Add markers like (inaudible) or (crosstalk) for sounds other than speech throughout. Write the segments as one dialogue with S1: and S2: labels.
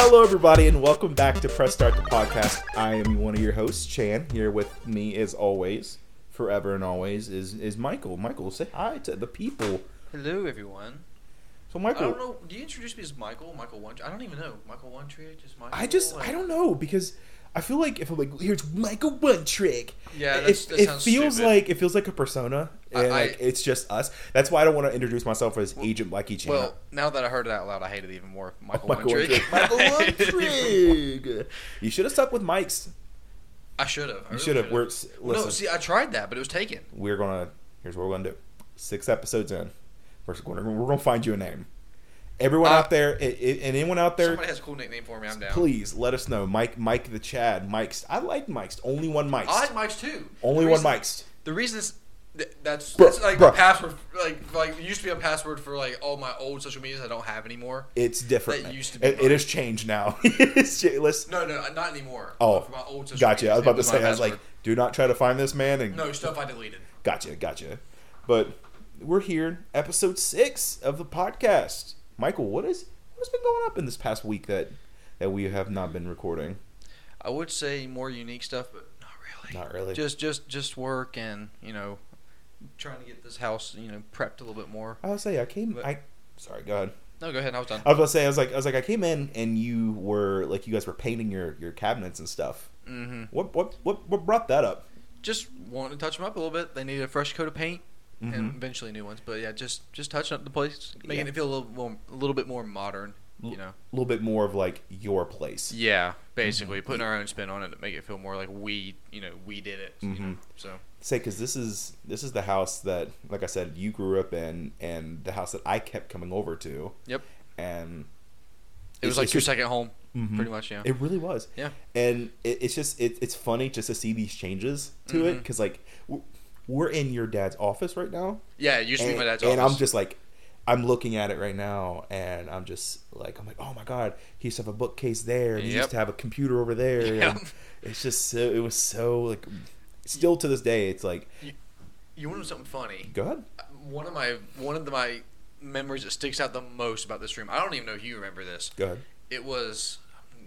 S1: Hello, everybody, and welcome back to Press Start the podcast. I am one of your hosts, Chan. Here with me, as always, forever and always, is is Michael. Michael, say hi to the people.
S2: Hello, everyone.
S1: So,
S2: I don't
S1: Michael,
S2: know. Do you introduce me as Michael? Michael One? I don't even know. Michael One Trick? Just Michael?
S1: I just
S2: Like-
S1: I don't know because I feel like if I'm like here's Michael one trick,
S2: Yeah,
S1: it,
S2: that's, that
S1: it
S2: sounds
S1: feels
S2: stupid.
S1: like it feels like a persona,
S2: I-
S1: and
S2: I-
S1: like it's just us. That's why I don't want to introduce myself as
S2: Well-
S1: Agent Blackie Chan.
S2: Well, now that I heard it out loud, I hate it even more. Oh, Michael,
S1: Michael
S2: One
S1: one
S2: Trick.
S1: trick. Michael
S2: (laughs)
S1: one trick. You should have stuck with Mike's.
S2: I should have. I
S1: You
S2: really
S1: should have. We're listen.
S2: No, see, I tried that, but it was taken.
S1: we're gonna here's what we're gonna do. Six episodes in, we're gonna we're gonna find you a name. Everyone
S2: Uh,
S1: out there, i- i- and anyone out there,
S2: Somebody has a cool nickname for me. I'm down.
S1: please let us know. Mike, Mike the Chad, Mike's. I like Mike's. Only one Mike's.
S2: I like Mike's too.
S1: Only
S2: The
S1: one
S2: reason-
S1: Mike's.
S2: The reason is th- that's,
S1: Bruh,
S2: that's like
S1: bruh.
S2: a password. Like like it used to be a password for like all my old social medias I don't have anymore.
S1: It's different.
S2: That
S1: now.
S2: used to be
S1: It, it
S2: Mike.
S1: has changed now. (laughs) It's cha- Let's.
S2: No, no, not anymore.
S1: Oh,
S2: For my old social
S1: Gotcha. I was
S2: medias,
S1: about
S2: it
S1: to
S2: my
S1: say. I was like,
S2: password.
S1: do not try to find this man. And
S2: no stuff I deleted.
S1: gotcha, gotcha. But we're here, episode six of the podcast. Michael, what is what's been going up in this past week that that we have not been recording?
S2: I would say more unique stuff, but not really.
S1: Not really.
S2: Just just just work and you know, trying to get this house you know prepped a little bit more.
S1: I was say I came.
S2: But-
S1: I sorry, go ahead.
S2: No, go ahead. I was done.
S1: I was about to say I was like I was like I came in and you were like you guys were painting your your cabinets and stuff.
S2: hmm
S1: What what what what brought that up?
S2: Just wanted to touch them up a little bit. They needed a fresh coat of paint and
S1: Mhm.
S2: eventually new ones. But yeah, just just touching up the place, making
S1: Yeah.
S2: it feel a little more, a little bit more modern.
S1: L- Mm-hmm.
S2: You know.
S1: A little bit more of like your place.
S2: Yeah, basically putting our own spin on it to make it feel more like we you know we did it. you know,
S1: Mhm.
S2: So
S1: Say because this is this is the house that like I said you grew up in and the house that I kept coming over to.
S2: Yep.
S1: And
S2: it was
S1: It's-
S2: like
S1: it's
S2: your
S1: just-
S2: second home,
S1: Mhm.
S2: pretty much. Yeah.
S1: It really was.
S2: Mm-hmm. Yeah.
S1: And it, it's just it, it's funny just to see these changes to it
S2: Mhm.
S1: 'cause it because like w- we're in your dad's office right now.
S2: yeah, it used to
S1: and,
S2: be my dad's
S1: and
S2: office.
S1: I'm just like, I'm looking at it right now, and I'm just like, I'm like, oh my god, he used to have a bookcase there, and he
S2: Yep.
S1: used to have a computer over there.
S2: Yep.
S1: And it's just so, it was so like, still to this day, it's like,
S2: you want to know something funny?
S1: go ahead.
S2: one of my one of the, my memories that sticks out the most about this room. I don't even know if you remember this.
S1: go ahead.
S2: It was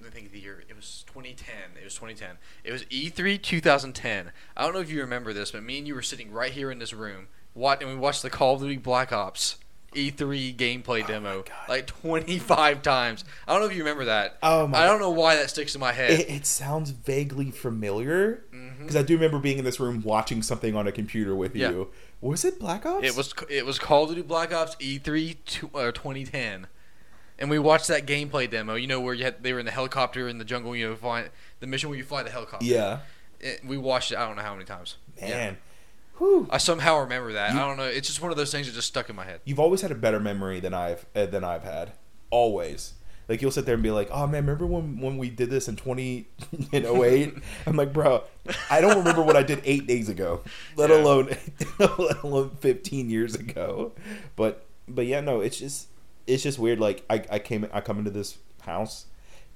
S2: I think of the year it was 2010. It was 2010. It was E E3 2010. I don't know if you remember this, but me and you were sitting right here in this room, watch, and we watched the Call of Duty Black Ops E3 gameplay demo
S1: Oh God.
S2: like 25 times. I don't know if you remember that.
S1: Oh my
S2: I don't know why that sticks in my head.
S1: It, it sounds vaguely familiar because I do remember being in this room watching something on a computer with
S2: Mm-hmm. Yeah.
S1: you. Was it Black Ops?
S2: It was it was Call of Duty Black Ops E3 two, uh, 2010, and we watched that gameplay demo. You know where you had they were in the helicopter in the jungle. You know, flying the mission where you fly the helicopter.
S1: Yeah,
S2: It- we watched it. I don't know how many times. Yeah.
S1: man. Whew.
S2: I somehow remember that.
S1: You-
S2: I don't know. It's just one of those things that just stuck in my head.
S1: You've always had a better memory than I've uh, than I've had. Always. Like you'll sit there and be like, "Oh man, remember when when we did this in 20 (laughs) in 08? I'm like, "Bro, I don't remember what I did 8 days ago, let
S2: Yeah.
S1: alone (laughs) let alone 15 years ago." But but yeah, no, it's just it's just weird like I I came I come into this house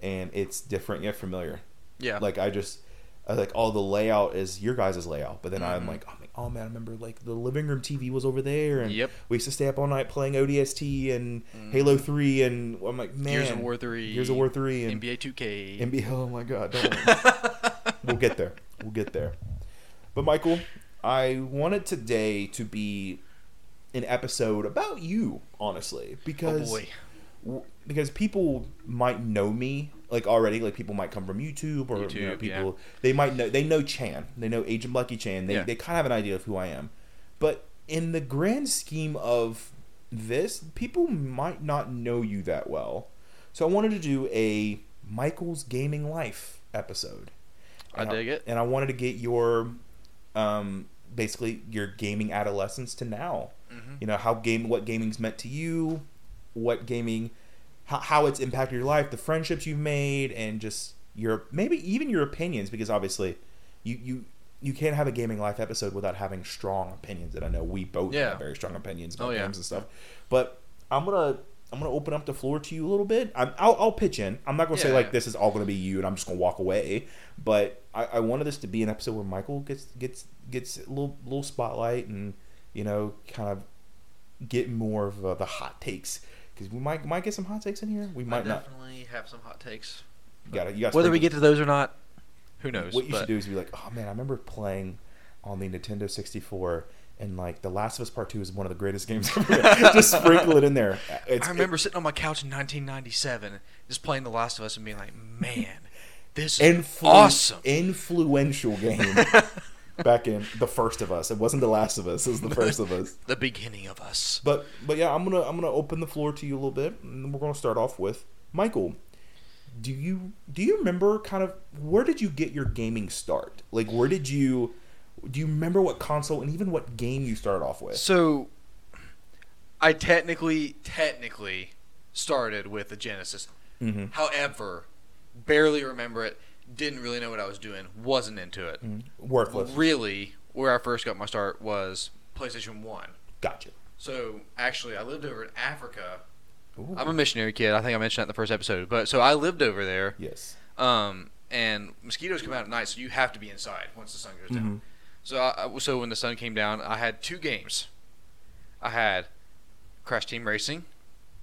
S1: and it's different yet familiar.
S2: Yeah.
S1: Like I just I like all the layout is your guys' layout, but then I'm
S2: Mhm.
S1: like, I'm like, oh man, I remember like the living room TV was over there, and
S2: Yep. Mm-hmm.
S1: we used to stay up all night playing ODST and Halo Three, and I'm like, man,
S2: Gears of War three.
S1: Gears of War Three, and
S2: NBA 2K.
S1: NBA. (laughs) Oh my god, don't worry.
S2: (laughs)
S1: we'll get there. We'll get there. But Michael, I wanted today to be an episode about you, honestly,
S2: oh
S1: because
S2: boy.
S1: w- because people might know me like already like people might come from youtube or you know,
S2: YouTube, yeah.
S1: people they might know they know chan they know agent lucky chan they,
S2: Yeah.
S1: they kind of have an idea of who i am but in the grand scheme of this people might not know you that well so i wanted to do a michael's gaming life episode
S2: I
S1: And
S2: dig it.
S1: and i wanted to get your um basically your gaming adolescence to now
S2: Mhm.
S1: you know how game what gaming's meant to you what gaming how, how it's impacted your life the friendships you've made and just your maybe even your opinions because obviously you you you can't have a gaming life episode without having strong opinions that i know we both
S2: Yeah.
S1: have very strong opinions about
S2: Oh, yeah.
S1: games and stuff but i'm gonna I'm gonna open up the floor to you a little bit. I'm, I'll, I'll pitch in. I'm not gonna say
S2: Yeah,
S1: like
S2: yeah.
S1: this is all gonna be you, and I'm just gonna walk away. But I, I wanted this to be an episode where Michael gets gets gets a little little spotlight and you know kind of get more of uh, the hot takes because we might might get some hot takes in here. We
S2: I
S1: might not.
S2: definitely have some hot takes.
S1: You gotta, you gotta
S2: Whether we
S1: sprinkle-
S2: get to those or not, who knows?
S1: What you
S2: but
S1: should do is be like, oh man, I remember playing on the Nintendo 64, and like The Last of Us Part Two is one of the greatest games
S2: (laughs)
S1: ever. Just sprinkle it in there. It's,
S2: I remember sitting on my couch in 1997, just playing The Last of Us and being like, man, this is
S1: influ-
S2: awesome.
S1: influential
S2: (laughs)
S1: game back in The First of Us. It wasn't The Last of Us. It was The First of Us.
S2: the beginning of us.
S1: But but yeah, I'm gonna I'm gonna open the floor to you a little bit, and we're gonna start off with Michael. Do you do you remember kind of where did you get your gaming start? Like where did you do you remember what console and even what game you started off with?
S2: So, I technically, technically started with the Genesis.
S1: Mm-hmm.
S2: However, barely remember it. Didn't really know what I was doing. Wasn't into
S1: Mm.
S2: it.
S1: Worthless.
S2: Really, where I first got my start was PlayStation One.
S1: Gotcha.
S2: So actually, I lived over in Africa.
S1: Ooh.
S2: I'm a missionary kid. I think I mentioned that in the first episode. But so I lived over there.
S1: yes.
S2: Um, and mosquitoes come out at night, so you have to be inside once the sun goes down. So I, I- so when the sun came down, I had two games. I had Crash Team Racing.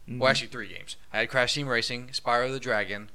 S1: Mm-hmm.
S2: Well, actually, three games. I had Crash Team Racing, Spyro the Dragon,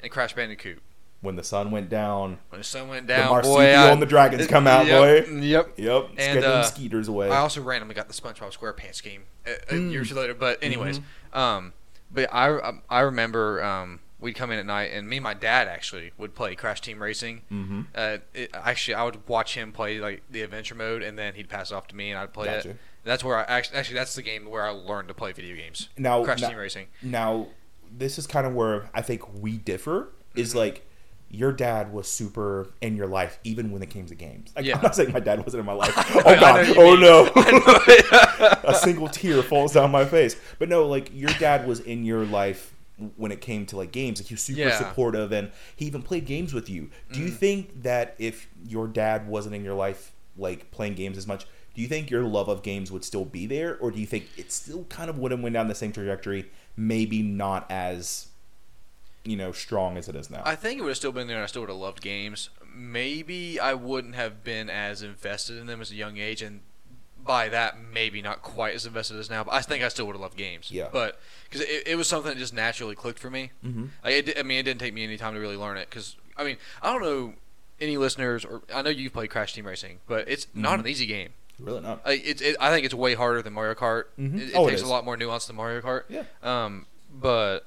S2: and Crash Bandicoot.
S1: when the sun went down,
S2: When the sun went
S1: The
S2: down,
S1: marsupial
S2: boy, I,
S1: and the dragons come out,
S2: yep,
S1: boy.
S2: Yep.
S1: yep,
S2: And,
S1: scared
S2: uh,
S1: them skeeters away.
S2: I also randomly got the SpongeBob SquarePants game a, a
S1: Mm.
S2: year or two later. But anyways,
S1: Mm-hmm.
S2: um, but I um, I remember um, we'd come in at night, and me and my dad actually would play Crash Team Racing.
S1: mm-hmm.
S2: Uh, it, actually, I would watch him play like the adventure mode, and then he'd pass it off to me, and I'd play
S1: Gotcha.
S2: it. That's where I actually actually that's the game where I learned to play video games.
S1: Now-
S2: Crash
S1: now-
S2: Team Racing.
S1: Now, this is kind of where I think we differ. Is
S2: Mm-hmm.
S1: like your dad was super in your life, even when it came to games. Like,
S2: Yeah.
S1: I'm not saying my dad wasn't in my life.
S2: (laughs)
S1: Oh
S2: I know
S1: god!
S2: you
S1: Oh
S2: mean. (laughs)
S1: no! a single tear falls down my face. But no, like your dad was in your life when it came to like games. Like he was super
S2: Yeah. Mm.
S1: supportive, and he even played games with you. Do you think that if your dad wasn't in your life, like playing games as much? Do you think your love of games would still be there, or do you think it still kind of would have went down the same trajectory? Maybe not as, you know, strong as it is now.
S2: I think it would have still been there, and I still would have loved games. Maybe I wouldn't have been as invested in them as a young age, and by that, maybe not quite as invested as now. But I think I still would have loved games.
S1: Yeah.
S2: But because it, it was something that just naturally clicked for me.
S1: mm-hmm.
S2: Like, it, di- I mean, it didn't take me any time to really learn it. Because I mean, I don't know any listeners, or I know you've played Crash Team Racing, but it's
S1: Mm-hmm.
S2: not an easy game.
S1: Really not.
S2: Like it's, it, I think it's way harder than Mario Kart.
S1: Mhm.
S2: It, it
S1: Oh, it
S2: takes a
S1: is.
S2: lot more nuance than Mario Kart.
S1: Yeah.
S2: Um, but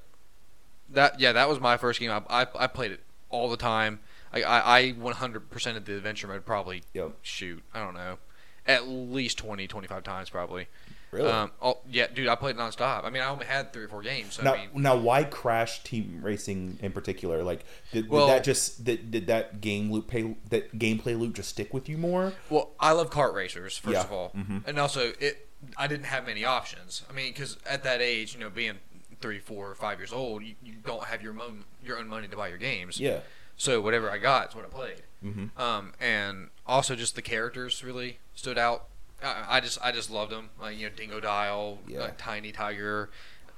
S2: that yeah, that was my first game. I I, I played it all the time. I I, I 100% of the adventure mode probably
S1: Yo,
S2: shoot. I don't know. At least 20, 25 times probably.
S1: really.
S2: Um, all, yeah, dude, I played nonstop. I mean, I only had three or four games. So
S1: now,
S2: I mean,
S1: now, why Crash Team Racing in particular? Like, did, did
S2: Well-
S1: that just did, did that game loop pay that gameplay loop just stick with you more?
S2: Well, I love kart racers first
S1: Yeah.
S2: of all,
S1: Mhm.
S2: and also it. I didn't have many options. I mean, because at that age, you know, being three, four, or five years old, you, you don't have your own your own money to buy your games.
S1: Yeah,
S2: So whatever I got is what I played.
S1: Mhm.
S2: Um, and also just the characters really stood out. I, I just I just loved them. Like you know, Dingo Dial,
S1: Yeah. Uh-huh.
S2: like Tiny Tiger,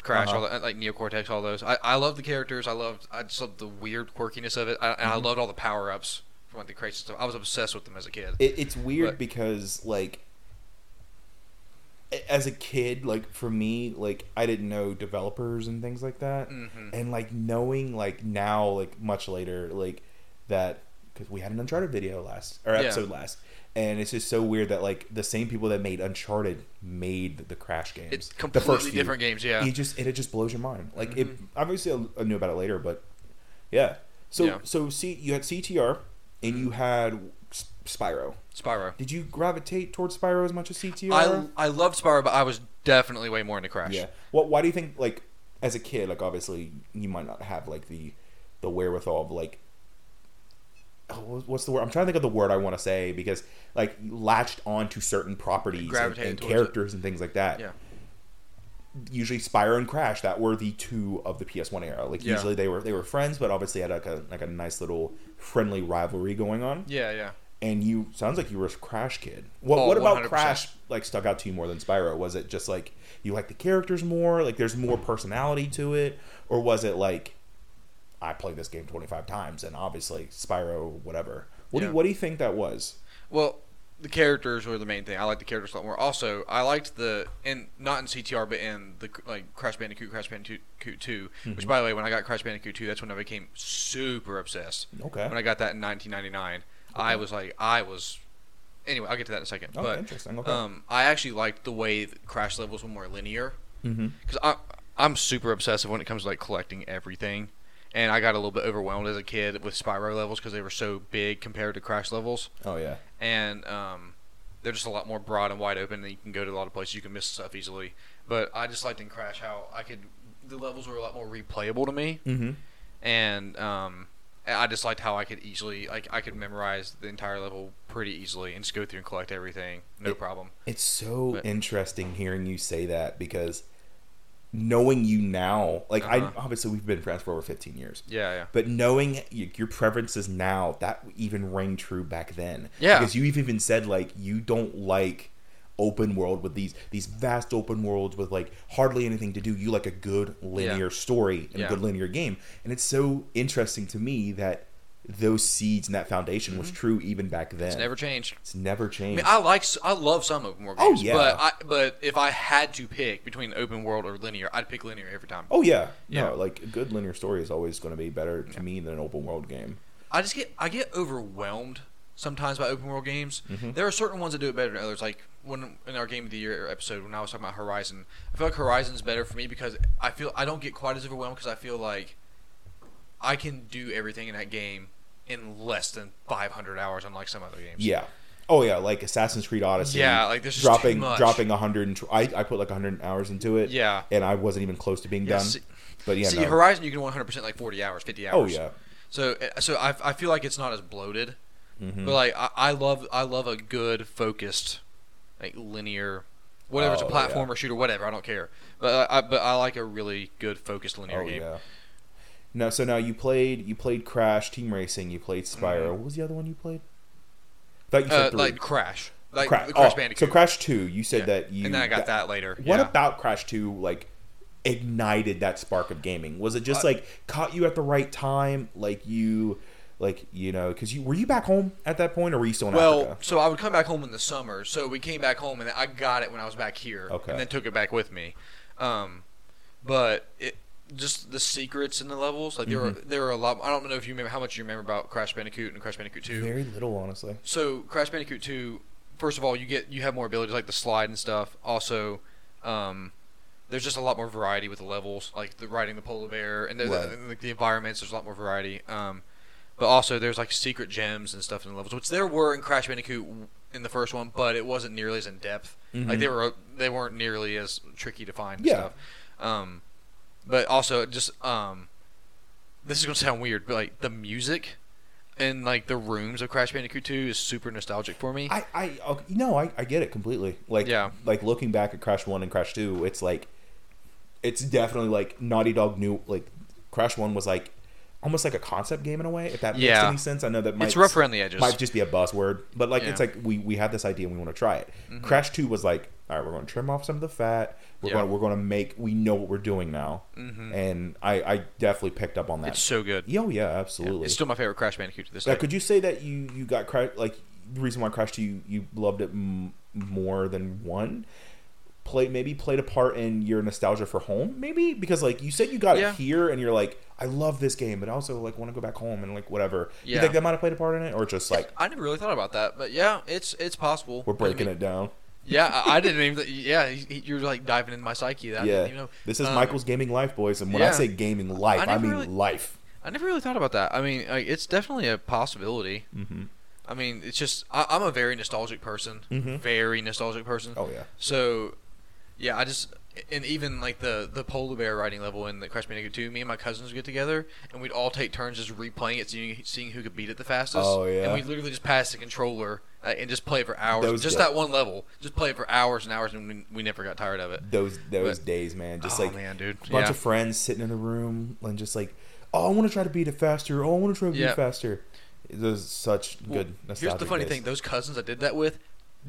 S2: Crash, all that, like Neocortex, all those. I, I loved the characters. I loved I just loved the weird quirkiness of it. I, And I
S1: Mm-hmm.
S2: loved all the power ups from like the crazy stuff. I was obsessed with them as a kid.
S1: it, it's weird
S2: But-
S1: because like a- as a kid, like for me, like I didn't know developers and things like that,
S2: Mhm.
S1: and like knowing like now, like much later, like that because we had an Uncharted video last or
S2: Yeah.
S1: episode last. And it's just so weird that like the same people that made Uncharted made the Crash games.
S2: It's
S1: the
S2: completely
S1: first few.
S2: different games, yeah.
S1: it just and it just blows your mind. Like it
S2: Mhm.
S1: obviously I- I knew about it later, but yeah. So
S2: Yeah. Mm-hmm.
S1: so see you had CTR and you had S- Spyro.
S2: Spyro.
S1: Did you gravitate towards Spyro as much as CTR?
S2: I I loved Spyro, but I was definitely way more into Crash.
S1: yeah. What why do you think like as a kid like obviously you might not have like the the wherewithal of like oh, wha- what's the word I'm trying to think of the word I want to say because like you latched onto certain properties and,
S2: Gravitated
S1: and
S2: towards it.
S1: characters and things like that.
S2: Yeah.
S1: usually Spyro and Crash that were the two of the PS1 era. Like
S2: Yeah.
S1: usually they were they were friends, but obviously had like a like a nice little friendly rivalry going on.
S2: Yeah, yeah.
S1: And you sounds like you were a Crash kid. What
S2: Oh,
S1: what about
S2: 100%.
S1: Crash like stuck out to you more than Spyro? Was it just like you like the characters more, like there's more personality to it, or was it like I played this game 25 times and obviously Spyro whatever. What do
S2: Yeah.
S1: you, what do you think that was?
S2: Well, the characters were the main thing. I liked the characters a lot more. Also, I liked the and not in CTR, but in the like Crash Bandicoot, Crash Bandicoot 2 Which, by the way, when I got Crash Bandicoot two, that's when I became super obsessed.
S1: Okay.
S2: When I got that in 1999, I was like, I was. Anyway, I'll get to that in a second.
S1: Okay,
S2: but
S1: Oh, interesting. Okay.
S2: um, I actually liked the way that Crash levels were more linear
S1: mm-hmm.
S2: because I I'm super obsessive when it comes to like collecting everything, and I got a little bit overwhelmed as a kid with Spyro levels because they were so big compared to Crash levels,
S1: Oh yeah.
S2: and um, they're just a lot more broad and wide open, and you can go to a lot of places, you can miss stuff easily. But I just liked in Crash how I could the levels were a lot more replayable to me,
S1: Mm-hmm.
S2: and um, I just liked how I could easily like I could memorize the entire level pretty easily and just go through and collect everything, no problem.
S1: It's so
S2: But-
S1: interesting hearing you say that because knowing you now, like
S2: Uh-huh.
S1: I obviously we've been friends for over 15 years.
S2: Yeah, yeah.
S1: But knowing y- your preferences now, that even rang true back then.
S2: Yeah.
S1: Because you even said like you don't like open world with these these vast open worlds with like hardly anything to do. You like a good linear story and
S2: Yeah.
S1: a good linear game. And it's so interesting to me that those seeds and that foundation was true even back then.
S2: Mm-hmm. It's never changed.
S1: It's never
S2: I
S1: changed.
S2: mean, I like I love some open world
S1: Oh,
S2: games,
S1: yeah.
S2: but I, but if I had to pick between open world or linear, I'd pick linear every time.
S1: Oh yeah,
S2: Yeah.
S1: no, like a good linear story is always going to be better to me than an open world game.
S2: I just get I get overwhelmed sometimes by open world games.
S1: Mm-hmm.
S2: There are certain ones that do it better than others. Like when in our game of the year episode when I was talking about Horizon, I feel like Horizon's better for me because I feel I don't get quite as overwhelmed because I feel like I can do everything in that game in less than 500 hours, unlike some other games.
S1: Yeah. Oh yeah, like Assassin's Creed Odyssey.
S2: Yeah, like, there's just too
S1: dropping
S2: much.
S1: dropping a hundred. and tw- I I put like a hundred hours into it.
S2: Yeah.
S1: and I wasn't even close to being
S2: Yeah,
S1: done.
S2: see-
S1: but yeah,
S2: See,
S1: no.
S2: Horizon, you can 100% like 40 hours, 50 hours.
S1: oh yeah,
S2: So eh, so I, I feel like it's not as bloated,
S1: Mm-hmm. Mm.
S2: but like I, I love I love a good focused, like linear, whatever it's a
S1: Oh,
S2: platform
S1: yeah.
S2: or shooter, whatever I don't care. But uh, I, I but I like a really good focused linear
S1: oh
S2: game. Uh,
S1: yeah. No, so now you played you played Crash Team Racing. You played Spyro. What was the other one you played? I thought you said
S2: Mm-hmm. Uh,
S1: three.
S2: like Crash, like
S1: Crash.
S2: the Crash
S1: oh, So
S2: Bandicoot.
S1: Crash Two. You said
S2: Yeah.
S1: that you
S2: and then I got that, later.
S1: What
S2: yeah.
S1: about Crash 2 like ignited that spark of gaming? Was it just
S2: I-
S1: like caught you at the right time? Like you like you know, cuz you were you back home at that point or were you still in
S2: Well,
S1: Africa?
S2: so I would come back home in the summer. So we came back home, and I got it when I was back here,
S1: Okay.
S2: and then took it back with me. Um, but it just the secrets in the levels, like there
S1: Mm-hmm.
S2: were there were a lot. I don't know if you remember how much you remember about Crash Bandicoot and Crash Bandicoot Two.
S1: Very little honestly.
S2: So Crash Bandicoot Two, first of all, you get you have more abilities like the slide and stuff. Also, um, there's just a lot more variety with the levels, like the riding the polar bear and the,
S1: Right.
S2: the, like the environments. There's a lot more variety. Um, but also there's like secret gems and stuff in the levels, which there were in Crash Bandicoot w- in the first one, but it wasn't nearly as in depth. Like they were they weren't nearly as tricky to find and
S1: Mm-hmm. Yeah.
S2: stuff. Um, but also just um, this is gonna sound weird, but like the music and like the rooms of Crash Bandicoot 2 is super nostalgic for me.
S1: I I okay, no, I I get it completely. Like
S2: Yeah.
S1: like looking back at Crash 1 and Crash 2, it's like it's definitely like Naughty Dog knew like Crash 1 was like almost like a concept game in a way if that makes
S2: Yeah.
S1: any sense. I know that might
S2: it's rough around the edges.
S1: might just be a buzzword, but like it's
S2: Yeah. Mm-hmm.
S1: like we we have this idea and we want to try it. Crash Two was like, all right, we're going to trim off some of the fat. We're
S2: Yeah.
S1: going
S2: Mm-hmm.
S1: to we're going to make we know what we're doing now, and I I definitely picked up on that.
S2: it's so good.
S1: Yo, yeah, absolutely.
S2: It's still my favorite Crash Bandicoot to this
S1: now,
S2: day.
S1: could you say that you you got crash like the reason why Crash Two you, you loved it m- more than one? Play maybe played a part in your nostalgia for home, maybe because like you said you got
S2: Yeah.
S1: it here and you're like I love this game, but I also like want to go back home and like whatever. You
S2: Yeah.
S1: think that might have played a part in it, or just like
S2: I never really thought about that, but yeah, it's it's possible.
S1: we're breaking
S2: I mean,
S1: it down?
S2: Yeah, I,
S1: (laughs)
S2: I didn't even. Yeah, he- he- you're like diving into my psyche. That I
S1: yeah.
S2: didn't even know.
S1: This is
S2: Um,
S1: Michael's gaming life, boys. And when I
S2: yeah.
S1: say gaming life,
S2: I
S1: I,
S2: never
S1: mean
S2: really-
S1: life.
S2: I never really thought about that. I mean, like, it's definitely a possibility.
S1: Mhm.
S2: I mean, it's just I, I'm a very nostalgic person.
S1: Mhm.
S2: Very nostalgic person.
S1: Oh yeah.
S2: So, yeah, I just and even like the the polar bear riding level in the Crash Bandicoot 2, me and my cousins would get together and we'd all take turns just replaying it, seeing seeing who could beat it the fastest.
S1: Oh, yeah.
S2: And we literally just pass the controller uh, and just play it for hours.
S1: Those
S2: just
S1: da-
S2: that one level, just play it for hours and hours, and we, we never got tired of it.
S1: Those those
S2: But-
S1: days, man. Just
S2: oh
S1: like
S2: man, dude,
S1: a bunch
S2: yeah.
S1: of friends sitting in a room and just like, oh, I want to try to beat it faster. Oh, I want to try to beat
S2: Yeah.
S1: it faster. Those such
S2: Well,
S1: good.
S2: Here's the
S1: nostalgic
S2: funny
S1: days.
S2: thing: those cousins I did that with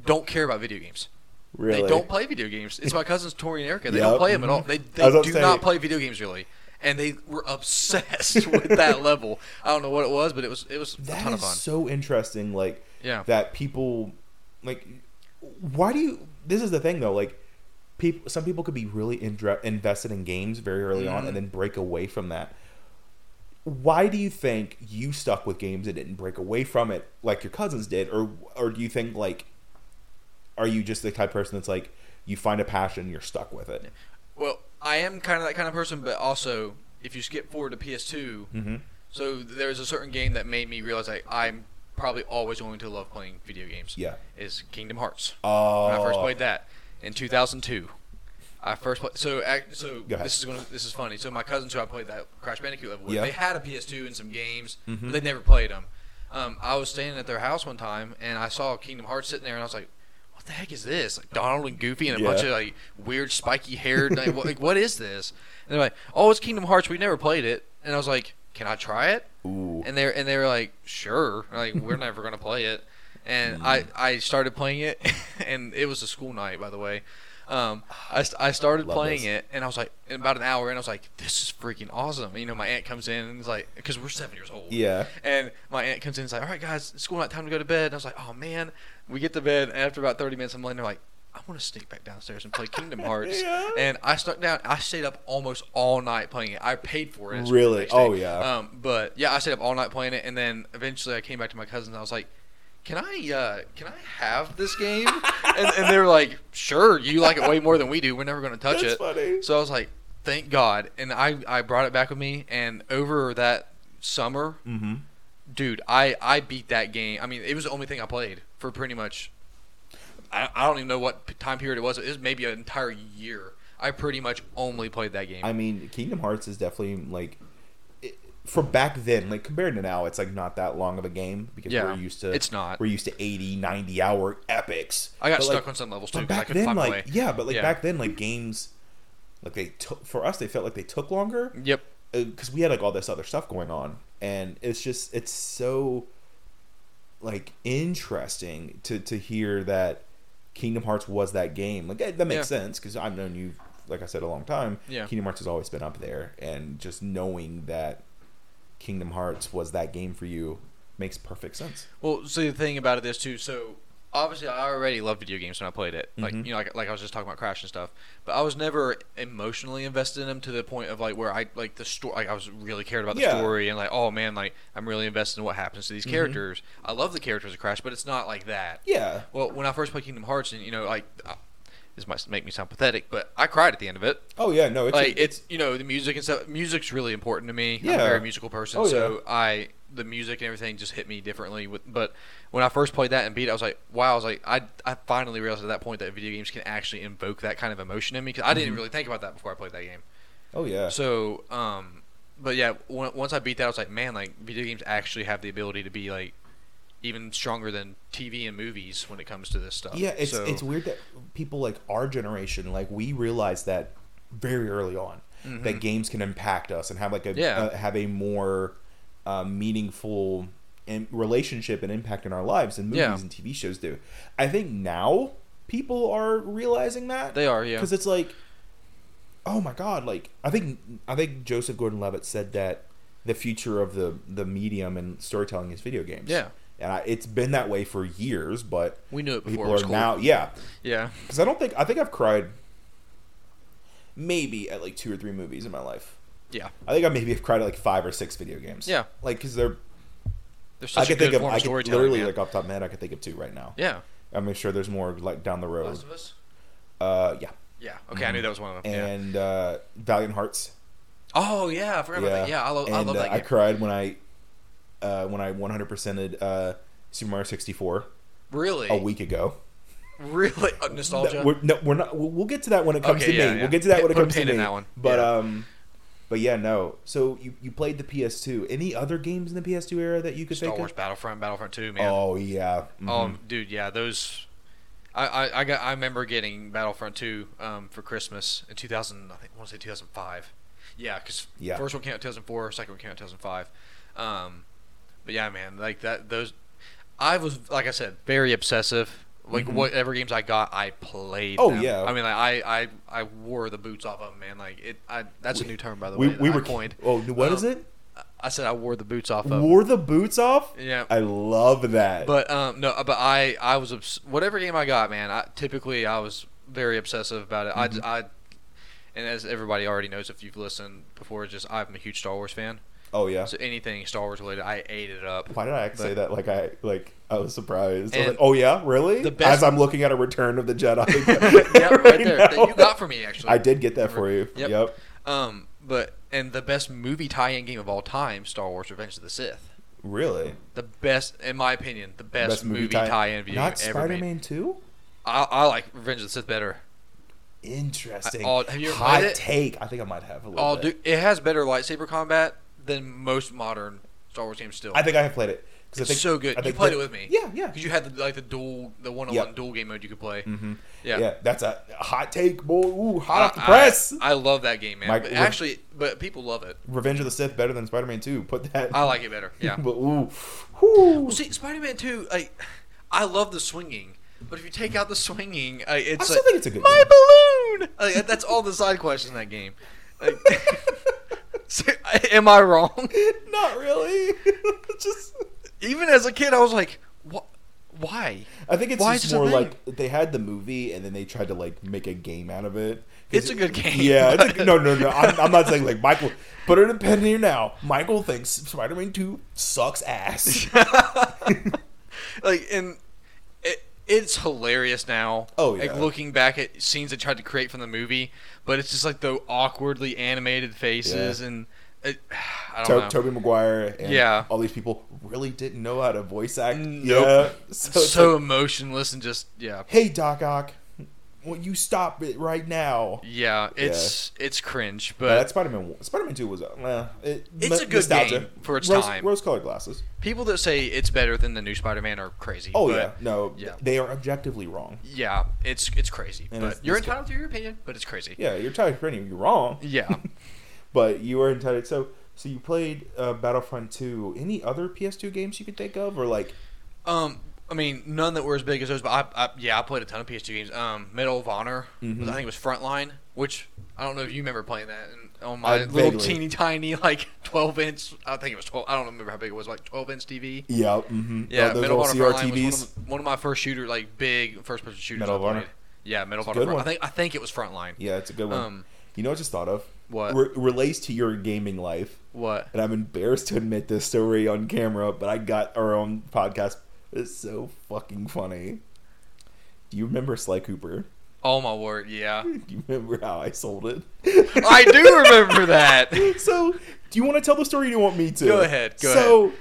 S2: don't care about video games.
S1: Really?
S2: They don't play video games. It's my cousins Tori and Erica. They don't
S1: Yup.
S2: play them at all. They,
S1: I
S2: they
S1: was about
S2: do
S1: to say-
S2: not play video games really, and they were obsessed (laughs) with that level. I don't know what it was, but it was it was a
S1: That
S2: ton of
S1: is
S2: fun.
S1: so interesting. Like
S2: Yeah.
S1: that people like why do you this is the thing though like people some people could be really indre- invested in games very early
S2: Mm-hmm.
S1: on and then break away from that why do you think you stuck with games and didn't break away from it like your cousins did or or do you think like are you just the type of person that's like you find a passion you're stuck with it
S2: Well, I am kind of that kind of person, but also if you skip forward to PS2,
S1: mm-hmm.
S2: so there's a certain game that made me realize like I'm probably always going to love playing video games.
S1: yeah
S2: Is Kingdom Hearts.
S1: oh
S2: When I first played that in 2002. I first played so ac- so
S1: Go ahead.
S2: this is gonna, this is funny. So my cousins who I played that Crash Bandicoot level with,
S1: Yeah.
S2: they had a PS2 and some games,
S1: Mhm.
S2: but they never played them. Um, I was staying at their house one time and I saw Kingdom Hearts sitting there and I was like, "What the heck is this? Like Donald and Goofy and a bunch
S1: Yeah.
S2: of like weird spiky haired like, what, like what is this?" And they're like, "Oh, it's Kingdom Hearts. We never played it." And I was like, "Can I try it?"
S1: Ooh.
S2: and they and they were like, "Sure, like
S1: (laughs)
S2: we're never gonna play it." And
S1: Mm.
S2: I I started playing it, (laughs) and it was a school night, by the way. Um, I, st- I started
S1: Ah, Love
S2: playing
S1: this.
S2: it, and I was like, in about an hour, and I was like, "This is freaking awesome." And, you know, my aunt comes in and is like, "Cause we're seven years old."
S1: yeah
S2: And my aunt comes in and is like, all right, guys, it's school night, time to go to bed. And I was like, oh, man. We get to bed, and after about 30 minutes, I'm laying there like, I want to sneak back
S1: (laughs)
S2: downstairs and play Kingdom Hearts.
S1: Yeah.
S2: And I stuck down. I stayed up almost all night playing it. I paid for it. It's
S1: Really?
S2: the next
S1: Oh,
S2: day.
S1: yeah.
S2: Um, but, yeah, I stayed up all night playing it, and then eventually I came back to my cousins, and I was like, can I uh, can I have this
S1: (laughs)
S2: game? and, and they were like, sure, you like it way more than we do. We're never going to touch
S1: Oh, That's
S2: it.
S1: funny.
S2: So I was like, thank God. And I, I brought it back with me. And over that summer,
S1: mm-hmm.
S2: dude, I, I beat that game. I mean, it was the only thing I played for pretty much. I, I don't even know what p- time period it was. It was maybe an entire year. I pretty much only played that game.
S1: I mean, Kingdom Hearts is definitely like it, for back then, like compared to now, it's like not that long of a game because
S2: Yeah,
S1: we're used to
S2: it's not.
S1: We're used to 80, 90 hour epics.
S2: I got
S1: But,
S2: stuck
S1: like,
S2: on some levels too
S1: But
S2: because I
S1: back
S2: couldn't
S1: then,
S2: find my
S1: like
S2: way.
S1: yeah, but like
S2: Yeah.
S1: back then, like games, like they took for us, they felt like they took longer
S2: Yep.
S1: because we had like all this other stuff going on, and it's just it's so like interesting to to hear that Kingdom Hearts was that game. Like that that makes
S2: Yeah.
S1: sense because I've known you, like I said, a long time.
S2: Yeah.
S1: Kingdom Hearts has always been up there, and just knowing that Kingdom Hearts was that game for you makes perfect sense.
S2: Well, so the thing about it is too. So obviously, I already loved video games when I played it. Like
S1: Mhm.
S2: you know, like, like I was just talking about Crash and stuff. But I was never emotionally invested in them to the point of like where I like the story. Like I was really cared about the
S1: Yeah. Mm-hmm.
S2: story and like oh man, like I'm really invested in what happens to these characters. I love the characters of Crash, but it's not like that.
S1: Yeah.
S2: Well, when I first played Kingdom Hearts, and you know, like uh, this might make me sound pathetic, but I cried at the end of it.
S1: Oh yeah. No. It's
S2: Like it's you know the music and stuff. Music's really important to me. I'm
S1: Yeah.
S2: a very musical person,
S1: Oh,
S2: so I the music and everything just hit me differently. With but when I first played that and beat, it, I was like, wow. I was like, I I finally realized at that point that video games can actually invoke that kind of emotion in me because I didn't really think about that before I played that game.
S1: oh Mm-hmm. yeah.
S2: So um, but yeah, on- once I beat that, I was like, man, like video games actually have the ability to be like even stronger than TV and movies when it comes to this stuff.
S1: Yeah, it's
S2: So-
S1: it's weird that people like our generation, like we realized that very early on that games can impact us and have like a
S2: Mm-hmm. Yeah.
S1: uh, have a more uh, meaningful in- relationship and impact in our lives than movies
S2: Yeah.
S1: and TV shows do. I think now people are realizing that
S2: they are yeah.
S1: because it's like, oh my god, like I think I think Joseph Gordon-Levitt said that the future of the the medium and storytelling is video games.
S2: Yeah.
S1: And I, it's been that way for years, but
S2: We knew it before.
S1: people
S2: it was
S1: are
S2: cool.
S1: now yeah
S2: Yeah.
S1: because i don't think i think i've cried maybe at like two or three movies in my life
S2: Yeah.
S1: i think i maybe have cried at like five or six video games
S2: Yeah.
S1: like because they're
S2: There's
S1: i
S2: such a
S1: could
S2: good
S1: think of
S2: form
S1: i
S2: of
S1: could
S2: storytelling.
S1: literally
S2: man.
S1: like off the top of my head i could think of two right now
S2: yeah.
S1: i'm sure there's more like down the road
S2: of Us.
S1: uh yeah
S2: Yeah. Okay, I knew that was one of them. yeah.
S1: Mm-hmm. and uh valiant hearts
S2: Oh yeah, I forgot about that. Yeah, I love.
S1: and,
S2: I love
S1: uh,
S2: that
S1: i
S2: game.
S1: cried when i uh when i 100%ed uh super mario 64
S2: really.
S1: a week ago
S2: Really. (laughs) Uh, nostalgia.
S1: No, we're, no, we're not. We'll, we'll get to that when it comes
S2: Okay,
S1: to
S2: yeah,
S1: me.
S2: yeah.
S1: We'll get to that when it
S2: Put a
S1: comes to
S2: pin
S1: me.
S2: in that one.
S1: But
S2: Yeah.
S1: um, but yeah, no. So you you played the PS2. Any other games in the PS2 era that you could
S2: Star
S1: think
S2: Wars
S1: of?
S2: Battlefront, Battlefront Two, man.
S1: Oh yeah. Mhm.
S2: Um, dude, yeah, those. I, I, I got I remember getting Battlefront Two um, for Christmas in 2000. I think I want to say 2005. Yeah, because
S1: Yeah.
S2: first one came out in 2004, second one came out in 2005. Um, but yeah, man, like that those. I was like I said, very obsessive. Like
S1: Mhm.
S2: whatever games I got, I played.
S1: Oh,
S2: them.
S1: yeah.
S2: I mean, like, I, I I wore the boots off of them, man. Like it. I that's a new term by the
S1: we
S2: way.
S1: we
S2: that I
S1: were
S2: coined.
S1: Oh, what is
S2: Um,
S1: it?
S2: I said I wore the boots off of.
S1: Wore the boots off?
S2: Yeah.
S1: I love that.
S2: But um, no, but I I was obs- whatever game I got, man. I typically I was very obsessive about it. I j- I, and as everybody already knows if you've listened before, it's just I'm a huge Star Wars fan.
S1: oh yeah.
S2: So anything Star Wars related, I ate it (laughs) up.
S1: Why did I say
S2: But-
S1: that? Like I like I was surprised. I was
S2: And
S1: like, oh yeah, really?
S2: the best-
S1: As I'm looking at a Return of the
S2: (laughs)
S1: Jedi.
S2: yeah, right, there. That
S1: now.
S2: you got for me actually.
S1: I did get
S2: (laughs)
S1: that for you.
S2: Remember?
S1: Yep.
S2: Yep. Um, but and the best movie tie-in game of all time, Star Wars: Revenge of the Sith.
S1: Really?
S2: The best, in my opinion, the best, movie, tie-in video
S1: Not
S2: ever made.
S1: Spider-Man 2?
S2: I, I like Revenge of the Sith better.
S1: Interesting.
S2: I- oh, have you ever
S1: Hot
S2: played it?
S1: take. I think I might have a little
S2: Oh,
S1: bit.
S2: dude, it has better lightsaber combat than most modern Star Wars games. Still,
S1: I think I have played it. 'Cause I
S2: it's
S1: think-
S2: so good.
S1: I
S2: You
S1: think
S2: played
S1: that-
S2: it with me.
S1: Yeah, yeah.
S2: Because you had the, like the dual, the one on
S1: Yeah.
S2: one dual game mode you could play. Mm-hmm. Yeah. Uh,
S1: yeah, that's a hot take, boy. Ooh, hot
S2: I-
S1: off the press.
S2: I, I love that game, man.
S1: My-
S2: but actually, but people love it.
S1: Revenge of the Sith better than Spider-Man 2. Put that.
S2: I like it better. Yeah.
S1: (laughs) but ooh, whoo.
S2: Well, see, Spider-Man Two, like, I love the swinging, but if you take out the swinging, I, it's
S1: I still
S2: like,
S1: think it's a good
S2: my
S1: game.
S2: balloon. Like, that's all the side questions in that game. Like, (laughs) so, am I wrong?
S1: (laughs)
S2: (laughs)
S1: Not really. (laughs) just.
S2: Even as a kid, I was like, "What? Why?"
S1: I think it's
S2: Why
S1: just
S2: is this a
S1: more
S2: thing?
S1: like they had the movie and then they tried to like make a game out of it. 'Cause
S2: It's a
S1: it-
S2: good game,
S1: Yeah.
S2: (laughs)
S1: It's a,
S2: but-
S1: no, no, no. I'm, I'm not saying like Michael. Put it in pen here now. Michael thinks Spider-Man 2 sucks ass.
S2: like, and it, it's hilarious now.
S1: Oh,
S2: like
S1: yeah.
S2: looking back at scenes I tried to create from the movie, but it's just like the awkwardly animated faces and. It, (laughs) (sighs) I don't
S1: To-
S2: know.
S1: Toby Maguire and
S2: Yeah.
S1: all these people really didn't know how to voice act.
S2: Nope.
S1: Yeah. So,
S2: so,
S1: it's like,
S2: emotionless and just yeah
S1: hey Doc Ock, will you stop it right now?
S2: yeah it's it's cringe
S1: Yeah,
S2: but
S1: that Spider-Man Spider-Man 2 was uh, eh, it,
S2: It's
S1: no-
S2: a good game for its
S1: rose,
S2: time.
S1: Rose-colored glasses.
S2: people that say it's better than the new spider-man are crazy
S1: Oh
S2: but
S1: yeah, no,
S2: yeah.
S1: they are objectively wrong.
S2: yeah it's it's crazy
S1: And
S2: but
S1: it's-
S2: you're
S1: it's
S2: entitled to your opinion but it's crazy
S1: Yeah, you're tired of you're wrong.
S2: yeah
S1: but you were entitled. So, so you played uh, Battlefront Two. Any other PS2 games you could think of, or like
S2: um i mean none that were as big as those but i, I yeah i played a ton of ps2 games um medal of honor
S1: Mhm.
S2: i think it was frontline which i don't know if you remember playing that and on my
S1: I
S2: little
S1: vaguely-
S2: teeny tiny like 12 inch i think it was 12 i don't remember how big it was like 12 inch tv
S1: yeah, mm-hmm.
S2: Yeah,
S1: those
S2: Medal
S1: old
S2: of Honor Frontline was one
S1: CRTVs.
S2: of, the- one of my first shooter, like big first person shooters.
S1: Medal of
S2: I
S1: Honor.
S2: played. Yeah, Medal
S1: It's
S2: of
S1: a
S2: Honor.
S1: good one.
S2: Front- I think I think it was Frontline.
S1: Yeah, it's a good one.
S2: Um,
S1: you know, what I just thought of
S2: What?
S1: Re- relates to your gaming life,
S2: What?
S1: and I'm embarrassed to admit this story on camera, but I got our own podcast. It's so fucking funny. Do you remember Sly Cooper? (laughs)
S2: Oh my word! Yeah,
S1: Do you remember how I sold it? (laughs)
S2: I do remember that.
S1: so, do you want to tell the story? Or do you want me to?
S2: Go ahead, go
S1: so,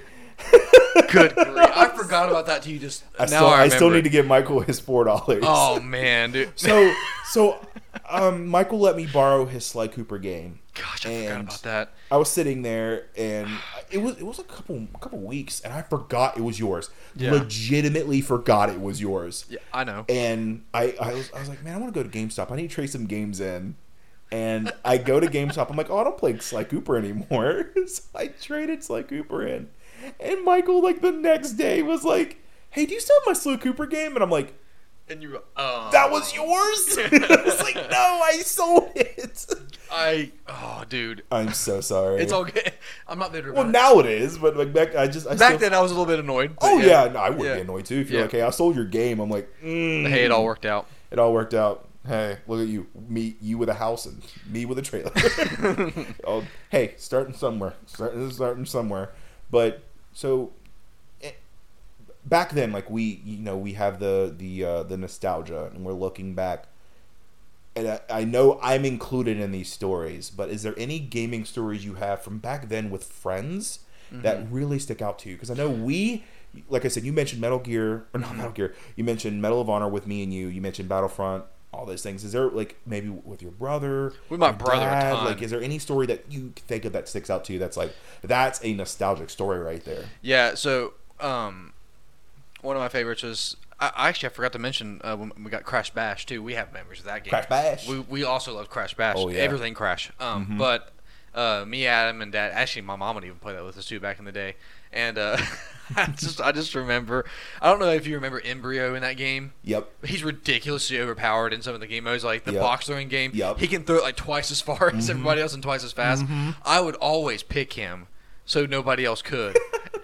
S2: Good grief! I forgot about that to you. Just
S1: I
S2: now.
S1: still,
S2: I,
S1: I,
S2: remember.
S1: still need to give Michael his four dollars.
S2: Oh man, dude.
S1: (laughs) so so, um, Michael let me borrow his Sly Cooper game.
S2: Gosh, I forgot
S1: and-
S2: about that.
S1: I was sitting there, and it was it was a couple a couple weeks, and I forgot it was yours.
S2: Yeah.
S1: Legitimately forgot it was yours.
S2: Yeah, I know.
S1: And I I was, I was like, man, I want to go to GameStop. I need to trade some games in. And I go to GameStop. I'm like, oh, I don't play Sly Cooper anymore. (laughs) so I traded Sly Cooper in, and Michael like the next day was like, hey, do you still have my Sly Cooper game? And I'm like.
S2: And you. Oh,
S1: that was yours? (laughs) I was like, no, I sold it.
S2: I. Oh, dude.
S1: I'm so sorry.
S2: It's all good. (laughs) I'm not bitter.
S1: well
S2: about
S1: now it is, but like back, I just I
S2: it. Back
S1: still,
S2: then, I was a little bit annoyed. but
S1: Oh yeah, no, I would
S2: Yeah.
S1: be annoyed too if you're
S2: Yeah.
S1: like, hey, I sold your game. I'm like, mm.
S2: Hey, it all worked out.
S1: It all worked out. Hey, look at you, me, you with a house and me with a
S2: (laughs)
S1: trailer. oh, hey, starting somewhere, starting starting somewhere. But so eh, back then, like we, you know, we have the the uh, the nostalgia, and we're looking back. And I, I know I'm included in these stories, but is there any gaming stories you have from back then with friends
S2: Mm-hmm.
S1: that really stick out to you? Because I know we, like I said, you mentioned Metal Gear or not Metal Gear. You mentioned Medal of Honor with me and you. You mentioned Battlefront. All those things. Is there like maybe with your brother?
S2: With my
S1: your
S2: brother a ton.
S1: Like, is there any story that you can think of that sticks out to you? That's like that's a nostalgic story right there.
S2: Yeah, so um, one of my favorites was I, I actually I forgot to mention uh, when we got Crash Bash too. We have memories of that game.
S1: Crash Bash.
S2: We we also love Crash Bash.
S1: Oh, yeah.
S2: Everything Crash. Um,
S1: Mhm.
S2: but uh, me, Adam, and Dad. Actually, my mom would even play that with us too back in the day. And uh, (laughs) I just I just remember. I don't know if you remember Embryo in that game.
S1: Yep.
S2: He's ridiculously overpowered in some of the game modes, like the
S1: Yep.
S2: box throwing game.
S1: Yep.
S2: (laughs)
S1: Mm-hmm.
S2: He can throw it like twice as far as everybody else and twice as fast. I would always pick him so nobody
S1: (laughs)
S2: else could.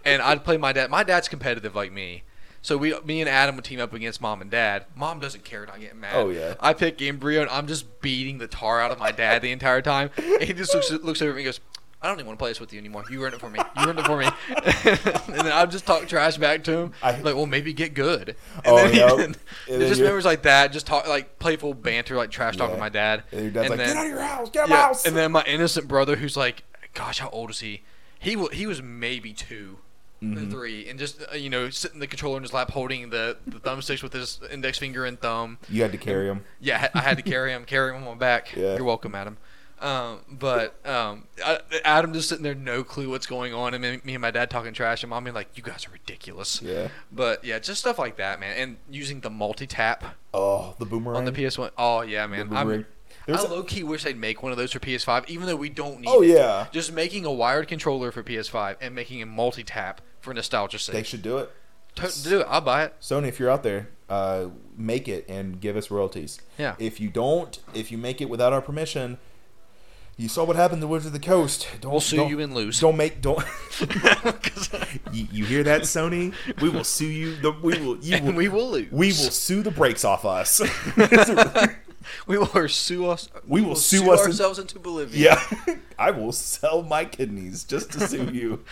S2: and I'd play my dad. My dad's competitive like me. So we, me and Adam would team up against mom and dad. Mom doesn't care, and I get mad.
S1: Oh, yeah.
S2: I pick Embryo, and I'm just beating the tar out of my dad the entire time. And he just looks looks over at me and goes, "I don't even want to play this with you anymore. You earned it for me. You earned it for me." (laughs) and then I just talk trash back to him,
S1: I-
S2: like, "Well, maybe get good." And
S1: Oh,
S2: then he-
S1: yeah.
S2: (laughs) and
S1: And then
S2: just
S1: you're-
S2: memories like that, just talk like playful banter, like trash talking
S1: Yeah.
S2: to my dad.
S1: And your dad's like,
S2: then-
S1: get out of your house, get out of my
S2: yeah,
S1: house.
S2: and then my innocent brother, who's like, gosh, how old is he? He was he was maybe 2
S1: Mm-hmm.
S2: three, and just uh, you know sitting the controller in his lap, holding the, the thumbsticks with his index finger and thumb.
S1: you had to carry him.
S2: Yeah, I had- I
S1: (laughs)
S2: had to carry him, carry him on my back.
S1: Yeah.
S2: You're welcome, Adam. Um, but um, I, Adam just sitting there, no clue what's going on, and me, me and my dad talking trash, and mommy like, you guys are ridiculous.
S1: Yeah.
S2: But yeah, just stuff like that, man, and using the multi tap
S1: Oh, the boomerang.
S2: on the PS1. Oh yeah, man.
S1: The
S2: I'm,
S1: boomerang. There's
S2: I
S1: a-
S2: low key wish they'd make one of those for PS5, even though we don't need.
S1: Oh,
S2: it.
S1: yeah.
S2: Just making a wired controller for PS5 and making a multi tap for nostalgia's
S1: they
S2: sake.
S1: should do it.
S2: To- do it. I'll buy it.
S1: (laughs)
S2: (laughs)
S1: Sony, if you're out there, uh, make it and give us royalties.
S2: Yeah.
S1: If you don't, if you make it without our permission, you saw what happened to Wizards of the Coast. Don't
S2: We'll sue
S1: don't-
S2: you and lose.
S1: Don't make don't. (laughs)
S2: 'Cause-
S1: you, you hear that, Sony? We will sue you. The, we will. You will.
S2: and we will lose.
S1: we will sue the brakes off
S2: (laughs)
S1: us. (laughs)
S2: we will sue us.
S1: We will sue us in-
S2: ourselves into Bolivia.
S1: yeah, (laughs) I will sell my kidneys just to sue you.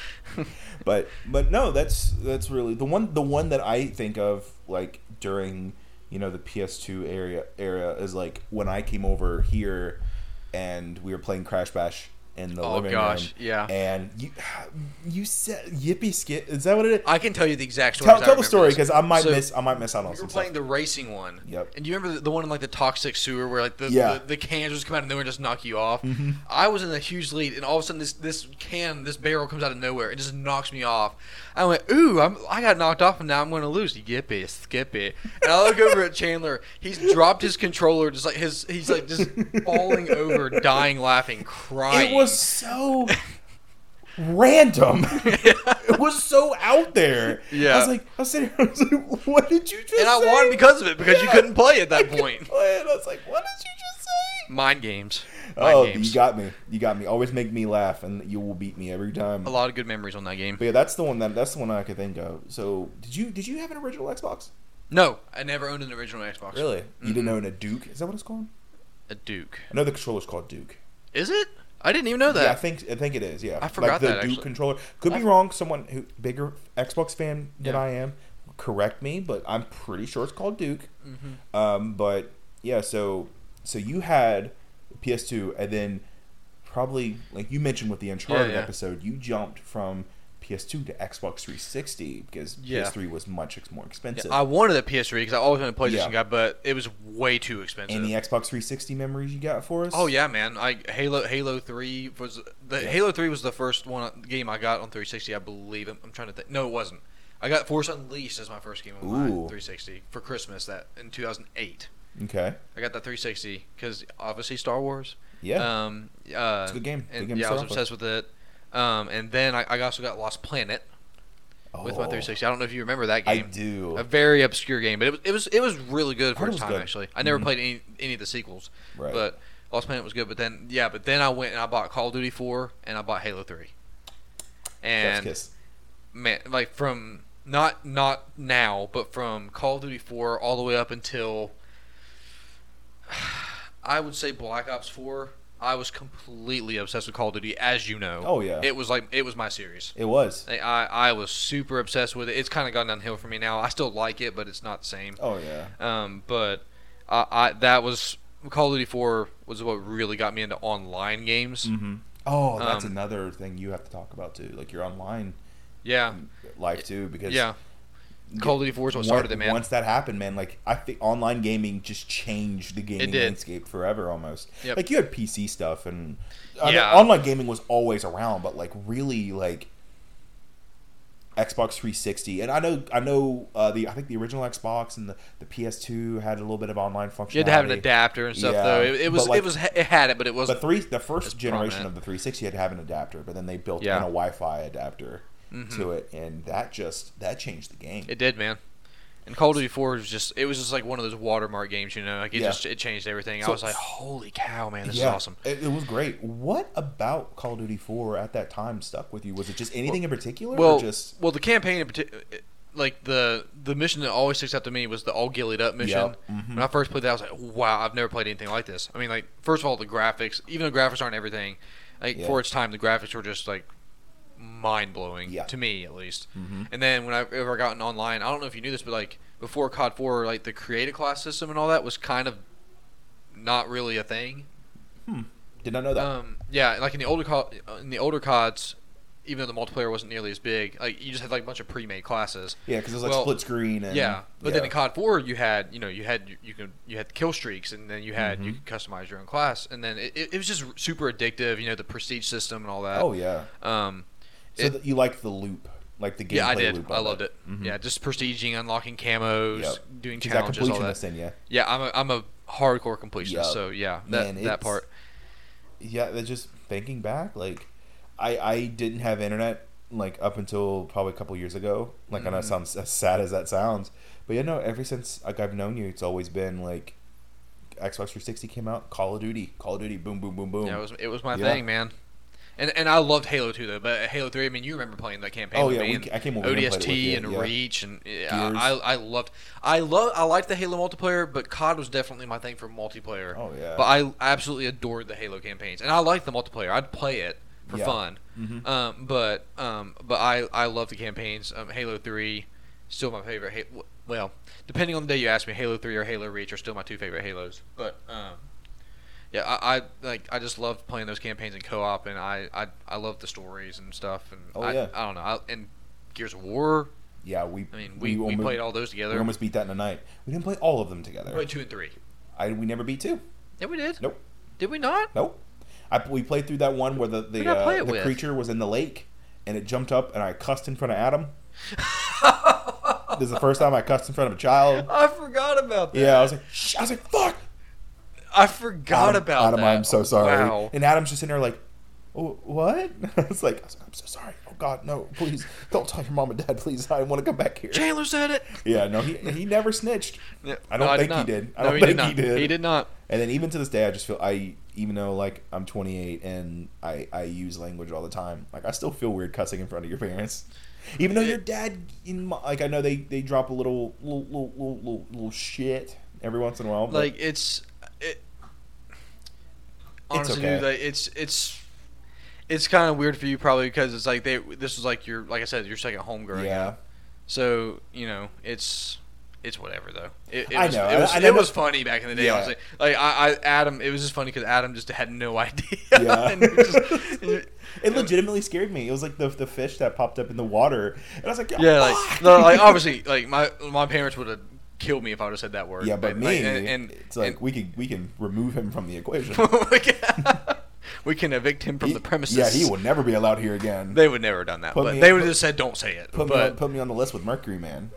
S2: (laughs)
S1: but but no, that's that's really the one. The one that I think of like during you know the PS2 area era is like when I came over here and we were playing Crash Bash in the
S2: Oh,
S1: living
S2: gosh,
S1: room.
S2: yeah.
S1: and you you said yippee skit. Is that what it is?
S2: I can tell you the exact story.
S1: tell
S2: as I
S1: tell the
S2: remember
S1: story
S2: this.
S1: because I might
S2: So,
S1: miss I might miss out on
S2: We were
S1: some
S2: playing
S1: stuff.
S2: the racing one.
S1: Yep.
S2: And you remember the, the one in like the toxic sewer where like the,
S1: Yeah. Mm-hmm.
S2: the, the cans just come out of nowhere and just knock you off? I was in a huge lead and all of a sudden this this can, this barrel comes out of nowhere and just knocks me off. I went, ooh, I'm, I got knocked off and now I'm going to lose. Yippee, skip it. And I look over at Chandler. He's dropped his controller, just like his, he's
S1: (laughs)
S2: like just falling over, dying, laughing, crying.
S1: It was so
S2: (laughs)
S1: random. it was so out there. I
S2: Yeah.
S1: was like, I was sitting here, (laughs) I was like, what did you just
S2: and I
S1: say?
S2: won because of it because you
S1: Yeah.
S2: couldn't play
S1: (laughs)
S2: at that
S1: And
S2: point.
S1: I was like, what did you just say?
S2: Mind games. Mind
S1: Oh,
S2: games.
S1: you got me. You got me. Always make me laugh, and you will beat me every time.
S2: a lot of good memories on that game.
S1: But yeah, that's the one that that's the one I could think of. So, did you did you have an original Xbox?
S2: No, I never owned an original Xbox.
S1: You didn't own a Duke? Is that what it's called?
S2: A Duke.
S1: I know the controller's called Duke.
S2: Is it? I didn't even know
S1: Yeah, I
S2: that.
S1: think I think it is. Yeah,
S2: I forgot
S1: like the
S2: that,
S1: Duke
S2: actually.
S1: controller. Could be
S2: I-
S1: wrong. Someone who bigger Xbox fan than
S2: Yeah.
S1: I am, correct me, but I'm pretty sure it's called Duke.
S2: Mm-hmm.
S1: Um, but yeah, so so you had PS2, and then probably like you mentioned with the Uncharted
S2: yeah.
S1: episode, you jumped from PS2 to Xbox 360 because
S2: Yeah.
S1: PS3 was much ex- more
S2: Yeah,
S1: expensive.
S2: I wanted a PS3 because I always wanted a PlayStation
S1: Yeah. E
S2: guy, but it was way too expensive.
S1: Any Xbox 360 memories you got for us?
S2: oh yeah, man! I Halo Halo Three was the Halo Three was the first one uh, game I got on 360, I believe. I'm, I'm trying to think. No, it wasn't. I got Force Unleashed as my first game on my
S1: Ooh.
S2: 360 for Christmas that in 2008.
S1: Okay.
S2: I got that 360 because obviously Star Wars.
S1: Yeah.
S2: Um, uh,
S1: It's a good game. Good
S2: and-
S1: game to
S2: yeah, I
S1: start
S2: was
S1: off with.
S2: obsessed with it. Um, and then I, I also got Lost Planet Uh, with my
S1: Oh,
S2: 360. I don't know if you remember that
S1: I
S2: game.
S1: do.
S2: a very obscure game, but it was it was it was really
S1: Heard
S2: good for
S1: it
S2: its
S1: was
S2: time.
S1: good. Mm-hmm.
S2: Actually, I never played any any of the sequels,
S1: Right.
S2: but Lost Planet was good. But then yeah, but then I went and I bought Call of Duty Four and I bought Halo Three,
S1: Chef's
S2: and
S1: kiss.
S2: man, like from not not now, but from Call of Duty Four all the way up until (sighs) I would say Black Ops Four. I was completely obsessed with Call of Duty, as you know.
S1: Oh, yeah.
S2: it was like it was my series.
S1: It was.
S2: I, I I was super obsessed with it. It's kind of gone downhill for me now. I still like it, but it's not the
S1: (laughs)
S2: same.
S1: Oh yeah.
S2: Um, but I, I that was Call of Duty 4 was what really got me into online games.
S1: Mm-hmm. Oh, that's
S2: Um,
S1: another thing you have to talk about too, like your online
S2: Yeah,
S1: life too, because
S2: yeah. Call of Duty 4 is what
S1: once,
S2: started it, man.
S1: once that happened, man, like I think online gaming just changed the gaming
S2: did.
S1: landscape forever almost.
S2: Yep.
S1: Like you had PC stuff, and I mean,
S2: Yeah.
S1: online gaming was always around, but like really like. Xbox 360, and I know, I know, uh, the I think the original Xbox and the, the PS2 had a little bit of online functionality.
S2: you had to have an adapter and stuff,
S1: Yeah,
S2: though. It,
S1: but
S2: it was
S1: like-
S2: it was it had it, but it
S1: The
S2: wasn't.
S1: three, the first
S2: It's
S1: generation
S2: prominent.
S1: of the 360 had to have an adapter, but then they built
S2: Yeah. Mm-hmm.
S1: in a Wi-Fi adapter to it, and that just that changed the game.
S2: It did, man. And Call of Duty 4 was just it was just like one of those watermark games, you know, like it
S1: Yeah.
S2: just it changed everything. I
S1: So-
S2: was like, holy cow, man, this
S1: yeah,
S2: is awesome.
S1: It, it was great. What about Call of Duty 4 at that time stuck with you? Was it just anything in particular,
S2: Well,
S1: or just
S2: well, the campaign in particular, like the the mission that always sticks out to me was the all gillied up mission.
S1: Yep, mhm.
S2: When I first played that, I was like, wow, I've never played anything like this. I mean, like first of all, the graphics, even though graphics aren't everything, like
S1: Yeah.
S2: for its time, the graphics were just like mind blowing
S1: Yeah.
S2: to me at least.
S1: Mhm.
S2: And then when I ever gotten online, I don't know if you knew this, but like before COD Four, like the creative class system and all that was kind of not really a thing.
S1: did not know that?
S2: Um, yeah, like in the older co- in the older CODs, even though the multiplayer wasn't nearly as big, like you just had like a bunch of pre-made classes.
S1: yeah, because it was like
S2: well,
S1: split screen and
S2: yeah, but then
S1: yeah.
S2: in COD Four, you had you know you had you, you could you had kill streaks, and then you had
S1: Mm-hmm.
S2: you could customize your own class, and then it, it it was just super addictive. You know the prestige system and all that.
S1: oh yeah,
S2: Um,
S1: so
S2: it-
S1: that you liked the loop, like the gameplay
S2: yeah, I did.
S1: loop.
S2: I
S1: of
S2: loved it. Yeah, just prestiging, unlocking camos,
S1: Mm-hmm. Yep.
S2: doing
S1: She's that
S2: challenges, all that.
S1: completionist in yeah.
S2: Yeah, I'm a I'm a hardcore completionist.
S1: Yup.
S2: So yeah, that
S1: Man,
S2: that
S1: it's-
S2: part.
S1: yeah, that's just thinking back, like I I didn't have internet like up until probably a couple years ago. Like I know
S2: Mm-hmm.
S1: it sounds as sad as that sounds, but you know, ever since like I've known you, it's always been like Xbox 360 came out, Call of Duty, Call of Duty, boom, boom, boom, boom.
S2: Yeah, it was it was my
S1: Yeah.
S2: thing, man. And and I loved Halo 2 though, but Halo 3, I mean, you remember playing that campaign
S1: Oh,
S2: with
S1: yeah,
S2: me
S1: we-
S2: and
S1: I came over and played it with
S2: ODST
S1: you,
S2: and
S1: yeah.
S2: Reach and yeah,
S1: Gears.
S2: I I loved I love I liked the Halo multiplayer, but COD was definitely my thing for multiplayer.
S1: Oh, yeah.
S2: But I absolutely adored the Halo campaigns, and I liked the multiplayer. I'd play it for
S1: Yeah.
S2: fun.
S1: Mm-hmm.
S2: Um, but um, but I I love the campaigns. Um, Halo 3 still my favorite. Ha- well, depending on the day you ask me, Halo 3 or Halo Reach are still my two favorite Halos. But um, yeah, I, I like I just love playing those campaigns in co-op, and I I, I love the stories and stuff, and
S1: Oh,
S2: I,
S1: yeah.
S2: I don't know, I, and Gears of War.
S1: yeah, we.
S2: I mean, we, we,
S1: almo-
S2: played all those
S1: We
S2: together.
S1: almost beat that in a night. We didn't play all of them together.
S2: We played two and three.
S1: I we never beat two.
S2: Yeah, we did.
S1: Nope,
S2: Did we not?
S1: nope. I we played through that one where the the,
S2: did I play
S1: uh,
S2: it
S1: the
S2: with?
S1: creature was in the lake and it jumped up and I cussed in front of
S2: (laughs)
S1: Adam. this is the first time I cussed in front of a child.
S2: I forgot about that.
S1: Yeah, I was like, Shh. I was like, fuck.
S2: I forgot
S1: Adam,
S2: about
S1: Adam,
S2: that.
S1: I'm so sorry.
S2: Wow.
S1: And Adam's just in there like, "Oh, what? (laughs) It's like, I was like, I'm so sorry. Oh God, no! Please don't tell your mom and dad. Please, I want to come back here.
S2: Chandler said it.
S1: (laughs) Yeah, no, he he never snitched.
S2: Yeah,
S1: I don't
S2: no,
S1: think
S2: did
S1: he
S2: not.
S1: did. I
S2: No,
S1: don't
S2: he
S1: think
S2: did not.
S1: he did.
S2: He did not.
S1: And then even to this day, I just feel I even though like I'm 28 and I I use language all the time, like I still feel weird cussing in front of your (laughs) parents. Even though your dad, in my, like I know they they drop a little little little little, little, little shit every once in a while. But
S2: like it's it honestly dude,
S1: okay.
S2: like, it's it's it's kind of weird for you probably because it's like they this was like your like i said your second home growing up.
S1: yeah,
S2: so you know it's it's whatever though it, it
S1: I
S2: was,
S1: know,
S2: it, was,
S1: I- I
S2: it
S1: never-
S2: was funny back in the day
S1: Yeah.
S2: honestly like I, I adam it was just funny because adam just had no (laughs) idea
S1: Yeah.
S2: And it just- it-
S1: (laughs) it legitimately scared me. It was like the the fish that popped up in the water, and I was like, oh,
S2: yeah like,
S1: fuck."
S2: no, like obviously like my my parents would have killed me if i would have said that
S1: (laughs)
S2: word
S1: yeah, but me,
S2: Like, and, and
S1: it's like
S2: and-
S1: we can we can remove him from the equation.
S2: we can- (laughs) we can evict him (laughs) from
S1: He-
S2: the premises.
S1: Yeah, he will never be allowed here again.
S2: They would never have done that.
S1: Put
S2: but
S1: me-
S2: they would have
S1: put-
S2: just said, "Don't say it."
S1: put, me on,
S2: but
S1: put me on the list with Mercury Man.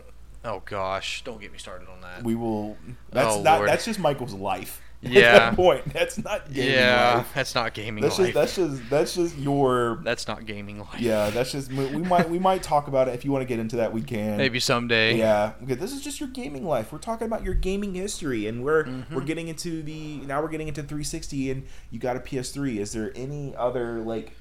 S2: oh gosh, don't get me started on that.
S1: We will. That's
S2: Oh,
S1: not.
S2: Lord.
S1: That's just Michael's life. (laughs) At
S2: Yeah.
S1: that point, that's not gaming
S2: yeah,
S1: life.
S2: that's not gaming
S1: That's just
S2: life.
S1: that's just that's just your.
S2: That's not gaming life.
S1: Yeah, that's just we we might we might talk about it if you want to get into that. We can
S2: Maybe someday.
S1: Yeah, okay, this is just your gaming life. We're talking about your gaming history, and we're
S2: Mm-hmm.
S1: we're getting into the now we're getting into 360, and you got a PS3. Is there any other like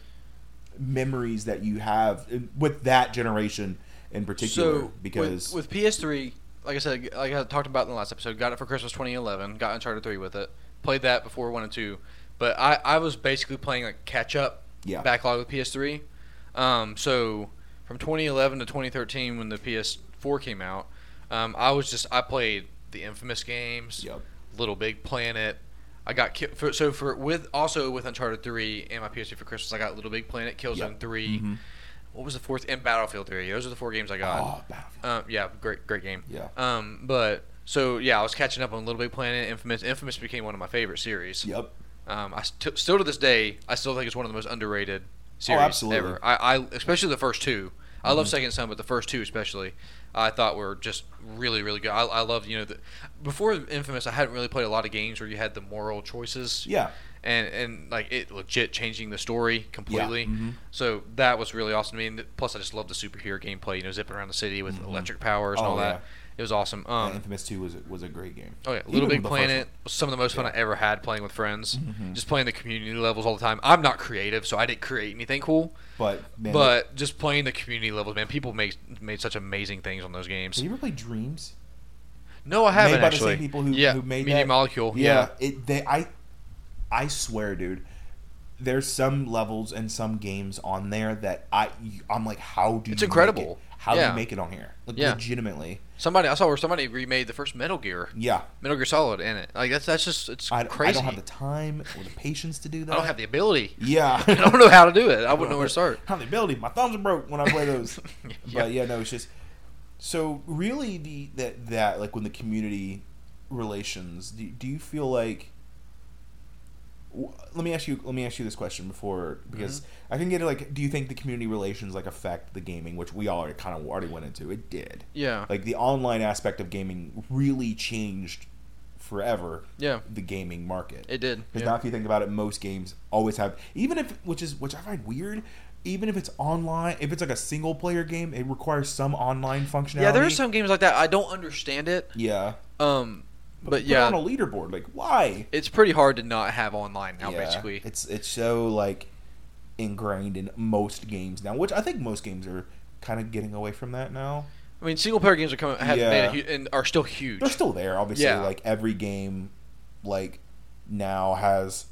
S1: memories that you have in- with that generation in particular?
S2: So
S1: because
S2: with, with PS3, like I said, like I talked about in the last episode, got it for Christmas 2011. Got Uncharted 3 with it. Played that before one and two, but I I was basically playing like catch up
S1: Yeah.
S2: backlog with PS3. Um, so from 2011 to 2013, when the PS4 came out, um, I was just I played the infamous games,
S1: Yep.
S2: Little Big Planet. I got ki- for, so for with also with Uncharted 3 and my PS3 for Christmas, I got Little Big Planet, Killzone
S1: Yep.
S2: 3. What was the fourth? And Battlefield 3. Those are the four games I got.
S1: oh, Battlefield.
S2: Um, yeah, great, great game.
S1: Yeah.
S2: Um, but so yeah, I was catching up on Little Big Planet, Infamous. Infamous became one of my favorite series.
S1: yep,
S2: Um, I st- still to this day, I still think it's one of the most underrated series
S1: Oh, absolutely. Mm-hmm.
S2: ever. I, I especially the first two. I love Second Son, but the first two especially, I thought were just really, really good. I, I loved, you know, the, before Infamous, I hadn't really played a lot of games where you had the moral choices
S1: yeah.
S2: and and like it legit changing the story completely.
S1: mhm.
S2: So that was really awesome to me. And th- plus, I just love the superhero gameplay. You know, zipping around the city with electric powers and
S1: Oh,
S2: all
S1: yeah.
S2: that. It was awesome.
S1: Yeah,
S2: Um,
S1: Infamous Two was a, was a great game.
S2: Oh yeah,
S1: Even
S2: Little
S1: the
S2: Big
S1: first
S2: Planet
S1: one.
S2: was some of the most fun I ever had playing with friends.
S1: Mhm.
S2: Just playing the community levels all the time. I'm not creative, so I didn't create anything cool.
S1: But man,
S2: but just playing the community levels, man, people make, made such amazing things on those games.
S1: have you ever played Dreams?
S2: No, I haven't
S1: made by
S2: actually.
S1: the same people who,
S2: yeah,
S1: who made
S2: Media
S1: that.
S2: Molecule. Oh, Yeah.
S1: it they I I swear, dude. There's some levels and some games on there that I I'm like, how do
S2: It's
S1: you make
S2: incredible.
S1: it? How do
S2: Yeah.
S1: you make it on here? Like
S2: Yeah.
S1: legitimately,
S2: Somebody I saw where somebody remade the first Metal Gear,
S1: yeah.
S2: Metal Gear Solid in it. Like that's that's just it's
S1: I,
S2: crazy.
S1: I don't have the time or the patience to do that.
S2: I don't have
S1: (laughs)
S2: the ability.
S1: Yeah,
S2: (laughs) I don't know how to do it. I wouldn't know where to start.
S1: How the ability? My thumbs are broke when I play those.
S2: Yeah.
S1: But yeah, no, it's just so really the that that like when the community relations. Do, do you feel like? w- Let me ask you. Let me ask you this question before because I can get it. Like, do you think the community relations like affect the gaming, which we already kind of already went into? It did.
S2: Yeah.
S1: Like the online aspect of gaming really changed forever
S2: Yeah.
S1: the gaming market.
S2: It did.
S1: Because
S2: yeah.
S1: now, if you think about it, most games always have, even if which is which I find weird, even if it's online, if it's like a single player game, it requires some online functionality.
S2: yeah, there are some games like that. I don't understand it.
S1: Yeah,
S2: Um, but,
S1: put it
S2: yeah,
S1: on a leaderboard, like why?
S2: it's pretty hard to not have online now.
S1: Yeah,
S2: Basically,
S1: it's it's so like ingrained in most games now, which I think most games are kind of getting away from that now.
S2: I mean, single player games are coming have
S1: Yeah.
S2: made a hu- and are still huge.
S1: They're still there, obviously.
S2: Yeah.
S1: Like every game, like now has.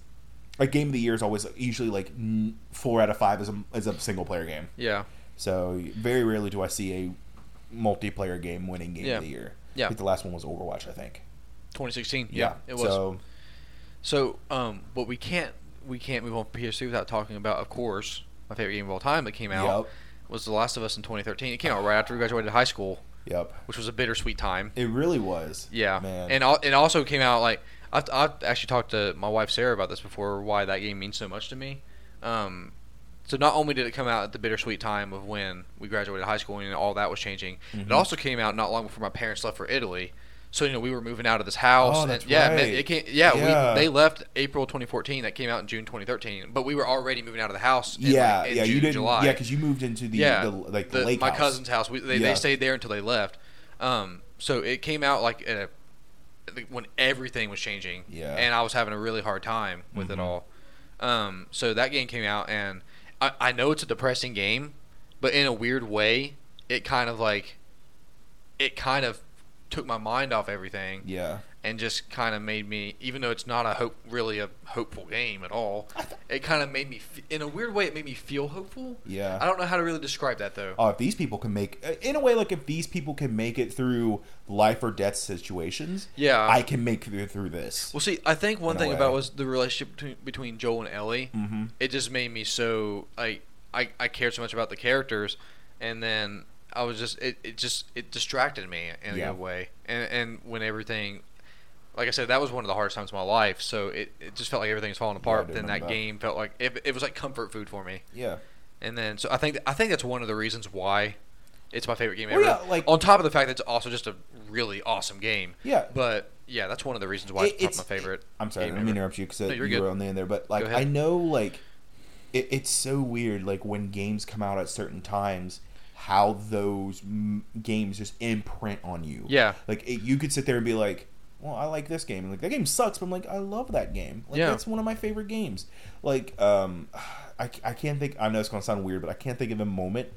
S1: Like game of the year is always usually like n- four out of five is a, is a single player game.
S2: yeah,
S1: So very rarely do I see a multiplayer game winning game
S2: Yeah.
S1: of the year.
S2: Yeah.
S1: I think the last one was Overwatch, I think.
S2: 2016. Yeah, it was. So,
S1: So
S2: um, but we can't we can't move on from PS3 without talking about, of course, my favorite game of all time that came out
S1: yep,
S2: was The Last of Us in 2013. It came out right after we graduated high school,
S1: yep.
S2: which was a bittersweet time.
S1: It really was.
S2: Yeah,
S1: man.
S2: and al- it also came out like I've, I've actually talked to my wife Sarah about this before. Why that game means so much to me. Um, so not only did it come out at the bittersweet time of when we graduated high school and all that was changing, it
S1: Mhm.
S2: also came out not long before my parents left for Italy. So you know we were moving out of this house.
S1: Oh,
S2: and-
S1: that's
S2: yeah, it meant-
S1: right.
S2: it came, yeah,
S1: Yeah.
S2: We, they left April 2014. That came out in June 2013. But we were already moving out of the house. In, like,
S1: yeah,
S2: in
S1: yeah.
S2: June,
S1: you didn't.
S2: July
S1: Yeah, because you moved into the, the like the, lake
S2: my
S1: house.
S2: cousin's house. We, they, they
S1: Yeah.
S2: stayed there until they left. Um, so it came out like at a, like, when everything was changing.
S1: Yeah.
S2: And I was having a really hard time with it
S1: Mhm.
S2: all. Um, so that game came out, and I, I know it's a depressing game, but in a weird way, it kind of like, it kind of took my mind off everything
S1: Yeah,
S2: and just kind of made me even though it's not a hope really a hopeful game at all it kind of made me f- in a weird way it made me feel hopeful
S1: yeah.
S2: I don't know how to really describe that though.
S1: Oh, if these people can make, in a way, like if these people can make it through life or death situations,
S2: Yeah.
S1: I can make it through this.
S2: well, see, I think
S1: In
S2: one
S1: a
S2: thing
S1: way.
S2: about was the relationship between, between Joel and Ellie.
S1: Mm-hmm.
S2: It just made me so I, I I cared so much about the characters, and then I was just it, it just it distracted me in
S1: Yeah.
S2: a good way. And and when everything, like I said, that was one of the hardest times of my life. So it, it just felt like everything was falling apart.
S1: do
S2: but then that
S1: remember that.
S2: game felt like it, it was like comfort food for me.
S1: Yeah.
S2: And then so I think I think that's one of the reasons why it's my favorite game
S1: Well,
S2: ever.
S1: yeah, like-
S2: on top of the fact that it's also just a really awesome game.
S1: Yeah.
S2: But yeah, that's one of the reasons why
S1: It-
S2: it's,
S1: it's-
S2: my favorite.
S1: I'm sorry,
S2: game
S1: let me
S2: ever.
S1: interrupt you because
S2: No, you're
S1: you
S2: good.
S1: were on the end there. But like,
S2: ahead.
S1: I know like it, it's so weird. Like when games come out at certain times, how those m- games just imprint on you.
S2: Yeah.
S1: Like it, you could sit there and be like, "Well, I like this game." And like that game sucks, but I'm like, I love that game. Like
S2: Yeah.
S1: that's one of my favorite games. Like um, (sighs) I, I can't think. I know it's gonna sound weird, but I can't think of a moment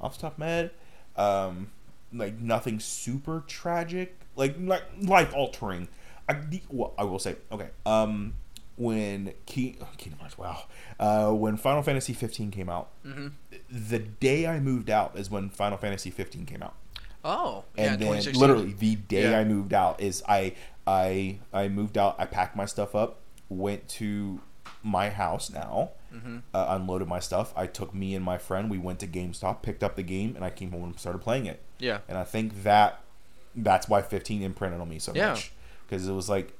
S1: off the top of my head. Um, like nothing super tragic, like like life altering. I the- well, I will say okay. Um, when Key, Kingdom Hearts, wow, uh, when Final Fantasy 15 came out,
S2: Mhm.
S1: the day I moved out is when Final Fantasy 15 came out
S2: Oh, yeah,
S1: and then
S2: 2016.
S1: literally the day
S2: Yeah.
S1: I moved out is I I I moved out. I packed my stuff up, went to my house now,
S2: Mm-hmm.
S1: uh, unloaded my stuff. I took me and my friend. We went to GameStop, picked up the game, and I came home and started playing it.
S2: Yeah.
S1: And I think that that's why 15 imprinted on me so
S2: Yeah.
S1: much because it was like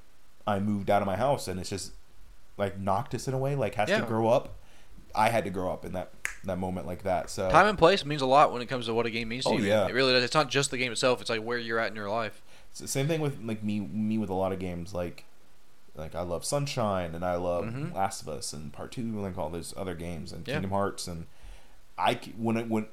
S1: I moved out of my house and it's just like Noctis in a way like has
S2: Yeah.
S1: to grow up. I had to grow up in that that moment like that. So
S2: Time and place means a lot when it comes to what a game means to
S1: Oh,
S2: you.
S1: yeah.
S2: It really does. It's not just the game itself, it's like where you're at in your life.
S1: It's the same thing with like me me with a lot of games like like I love Sunshine and I love
S2: Mhm.
S1: Last of Us and Part Two and like all those other games and
S2: Yeah.
S1: Kingdom Hearts and I c- when it when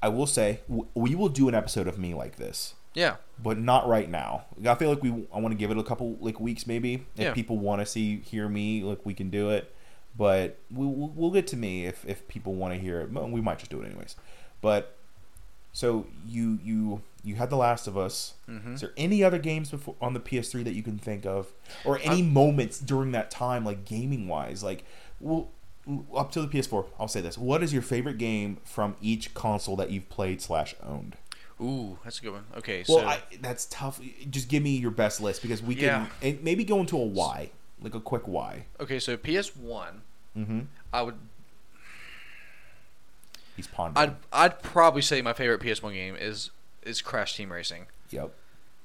S1: I will say w- we will do an episode of me like this
S2: Yeah.
S1: but not right now. I feel like we I want to give it a couple like weeks maybe. If
S2: Yeah.
S1: people want to see hear me, like we can do it. But we we'll, we'll get to me if if people want to hear it. Well, We might just do it anyways. But so you you you had The Last of Us.
S2: Mm-hmm.
S1: Is there any other games before on the PS3 that you can think of, or any moments during that time, like gaming wise, like well, up to the PS4? I'll say this: What is your favorite game from each console that you've played slash owned?
S2: Ooh, that's a good one. Okay,
S1: Well,
S2: so
S1: I, that's tough. Just give me your best list because we
S2: Yeah.
S1: can and maybe go into a why, like a quick why.
S2: okay, so PS One,
S1: Mm-hmm.
S2: I would,
S1: He's pondering.
S2: I'd, I'd probably say my favorite PS One game is is Crash Team Racing,
S1: yep.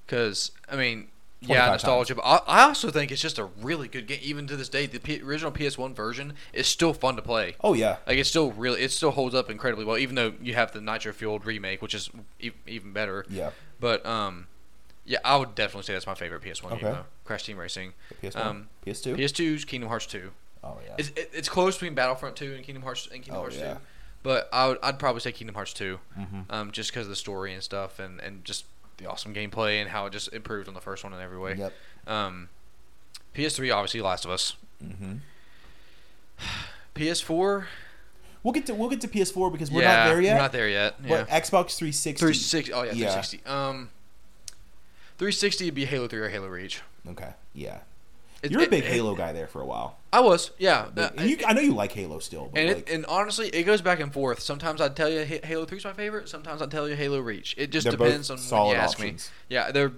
S2: because I mean,
S1: 25
S2: yeah, nostalgia, but I, I also think it's just a really good game. Even to this day, the P- original PS One version is still fun to play.
S1: Oh yeah.
S2: Like it's still really, it still holds up incredibly well, even though you have the nitro fueled remake, which is e- even better.
S1: Yeah.
S2: But um, yeah, I would definitely say that's my favorite PS One game.
S1: Okay.
S2: Though. Crash Team Racing,
S1: PS1,
S2: Um,
S1: PS2.
S2: PS2's Kingdom Hearts Two.
S1: oh yeah.
S2: It's, it- it's close between Battlefront 2 and Kingdom Hearts and Kingdom
S1: Oh,
S2: Hearts
S1: yeah.
S2: 2, but I would, I'd probably say Kingdom Hearts 2,
S1: Mm-hmm.
S2: um, just because of the story and stuff, and, and just the awesome gameplay and how it just improved on the first one in every way.
S1: Yep.
S2: Um, PS3 obviously Last of Us.
S1: Mm-hmm.
S2: PS4,
S1: We'll get to we'll get to PS4 because we're
S2: yeah,
S1: not there yet.
S2: We're not there yet. Yeah.
S1: But Xbox 360.
S2: 360. Oh yeah,
S1: Yeah.
S2: 360. Um, 360 would be Halo 3 or Halo Reach.
S1: Okay. Yeah.
S2: It-
S1: You're a
S2: it-
S1: big
S2: it-
S1: Halo guy there for a while.
S2: I was, yeah. Uh,
S1: And you, I know you like Halo still, but
S2: And
S1: like,
S2: it, and honestly, it goes back and forth. Sometimes I tell you Ha- Halo Three's my favorite. Sometimes I tell you Halo Reach. It just
S1: They're both
S2: depends on
S1: solid
S2: when you ask
S1: options.
S2: me. Yeah, they're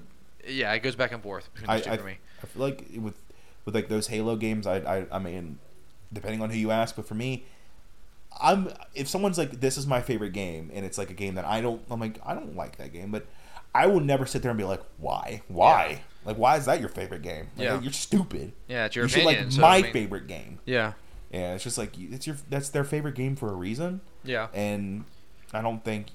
S2: yeah. It goes back and forth between
S1: I,
S2: those two
S1: I,
S2: for me.
S1: I feel like with with like those Halo games, I, I I mean, depending on who you ask, but for me, I'm if someone's like, "This is my favorite game," and it's like a game that I don't, I'm like, I don't like that game, but I will never sit there and be like, "Why? Why? Like, why is that your favorite game? Like,
S2: Yeah.
S1: you're stupid.
S2: Yeah, it's your
S1: you should
S2: opinion.
S1: like
S2: so,
S1: my
S2: I mean-
S1: favorite game.
S2: Yeah,
S1: Yeah, it's just like you- it's your that's their favorite game for a reason,
S2: yeah,
S1: and I don't think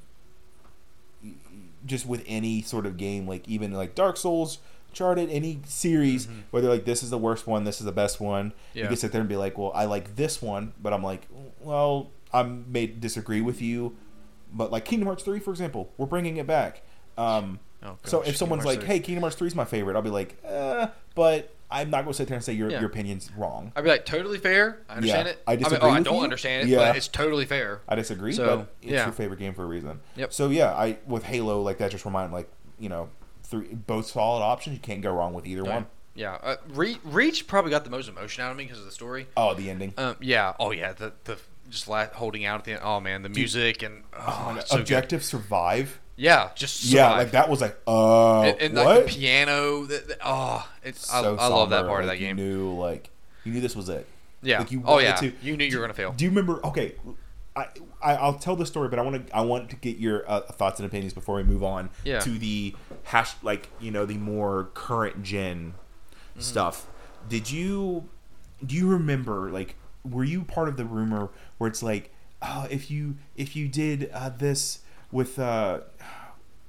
S1: just with any sort of game, like even like Dark Souls, Charted, any series where they're like, this is the worst one, this is the best one. You
S2: Mm-hmm. Yeah.
S1: can sit there and be like, well, I like this one, but I'm like, well, I may disagree with you, but like Kingdom Hearts three, for example, we're bringing it back. Um,
S2: Oh,
S1: so
S2: gosh,
S1: if someone's
S2: Kingdom Hearts
S1: like,
S2: 3.
S1: hey, Kingdom Hearts three is my favorite, I'll be like, eh, but I'm not going to sit there and say your
S2: Yeah.
S1: your opinion's wrong.
S2: I'd be like totally fair. I understand
S1: Yeah,
S2: it.
S1: I
S2: mean,
S1: disagree
S2: oh, I
S1: with
S2: don't
S1: you.
S2: understand it,
S1: Yeah.
S2: but it's totally fair.
S1: I disagree,
S2: So,
S1: but it's
S2: yeah.
S1: your favorite game for a reason.
S2: Yep.
S1: So yeah, I with Halo like that just remind like you know three both solid options. You can't go wrong with either one.
S2: Yeah, uh, Re- Reach probably got the most emotion out of me because of the story.
S1: Oh, the ending.
S2: Um, yeah. Oh yeah. The the just la- holding out at the end. Oh man, the music and oh,
S1: Oh,
S2: it's so good.
S1: Objective survive.
S2: Yeah, just
S1: Yeah,
S2: survive.
S1: like that was like uh
S2: and, and
S1: what?
S2: like the piano. The, the- oh, it's I, I love that
S1: somber,
S2: part of
S1: like,
S2: that game.
S1: You knew like you knew this was it.
S2: yeah.
S1: like, you
S2: oh
S1: wanted
S2: yeah.
S1: to-
S2: you knew you were gonna fail.
S1: Do you remember? Okay, I, I I'll tell the story, but I want to I want to get your uh, thoughts and opinions before we move on
S2: Yeah.
S1: to the hash like you know the more current gen
S2: Mm-hmm.
S1: stuff. Did you do you remember like were you part of the rumor where it's like oh, if you if you did uh, this with uh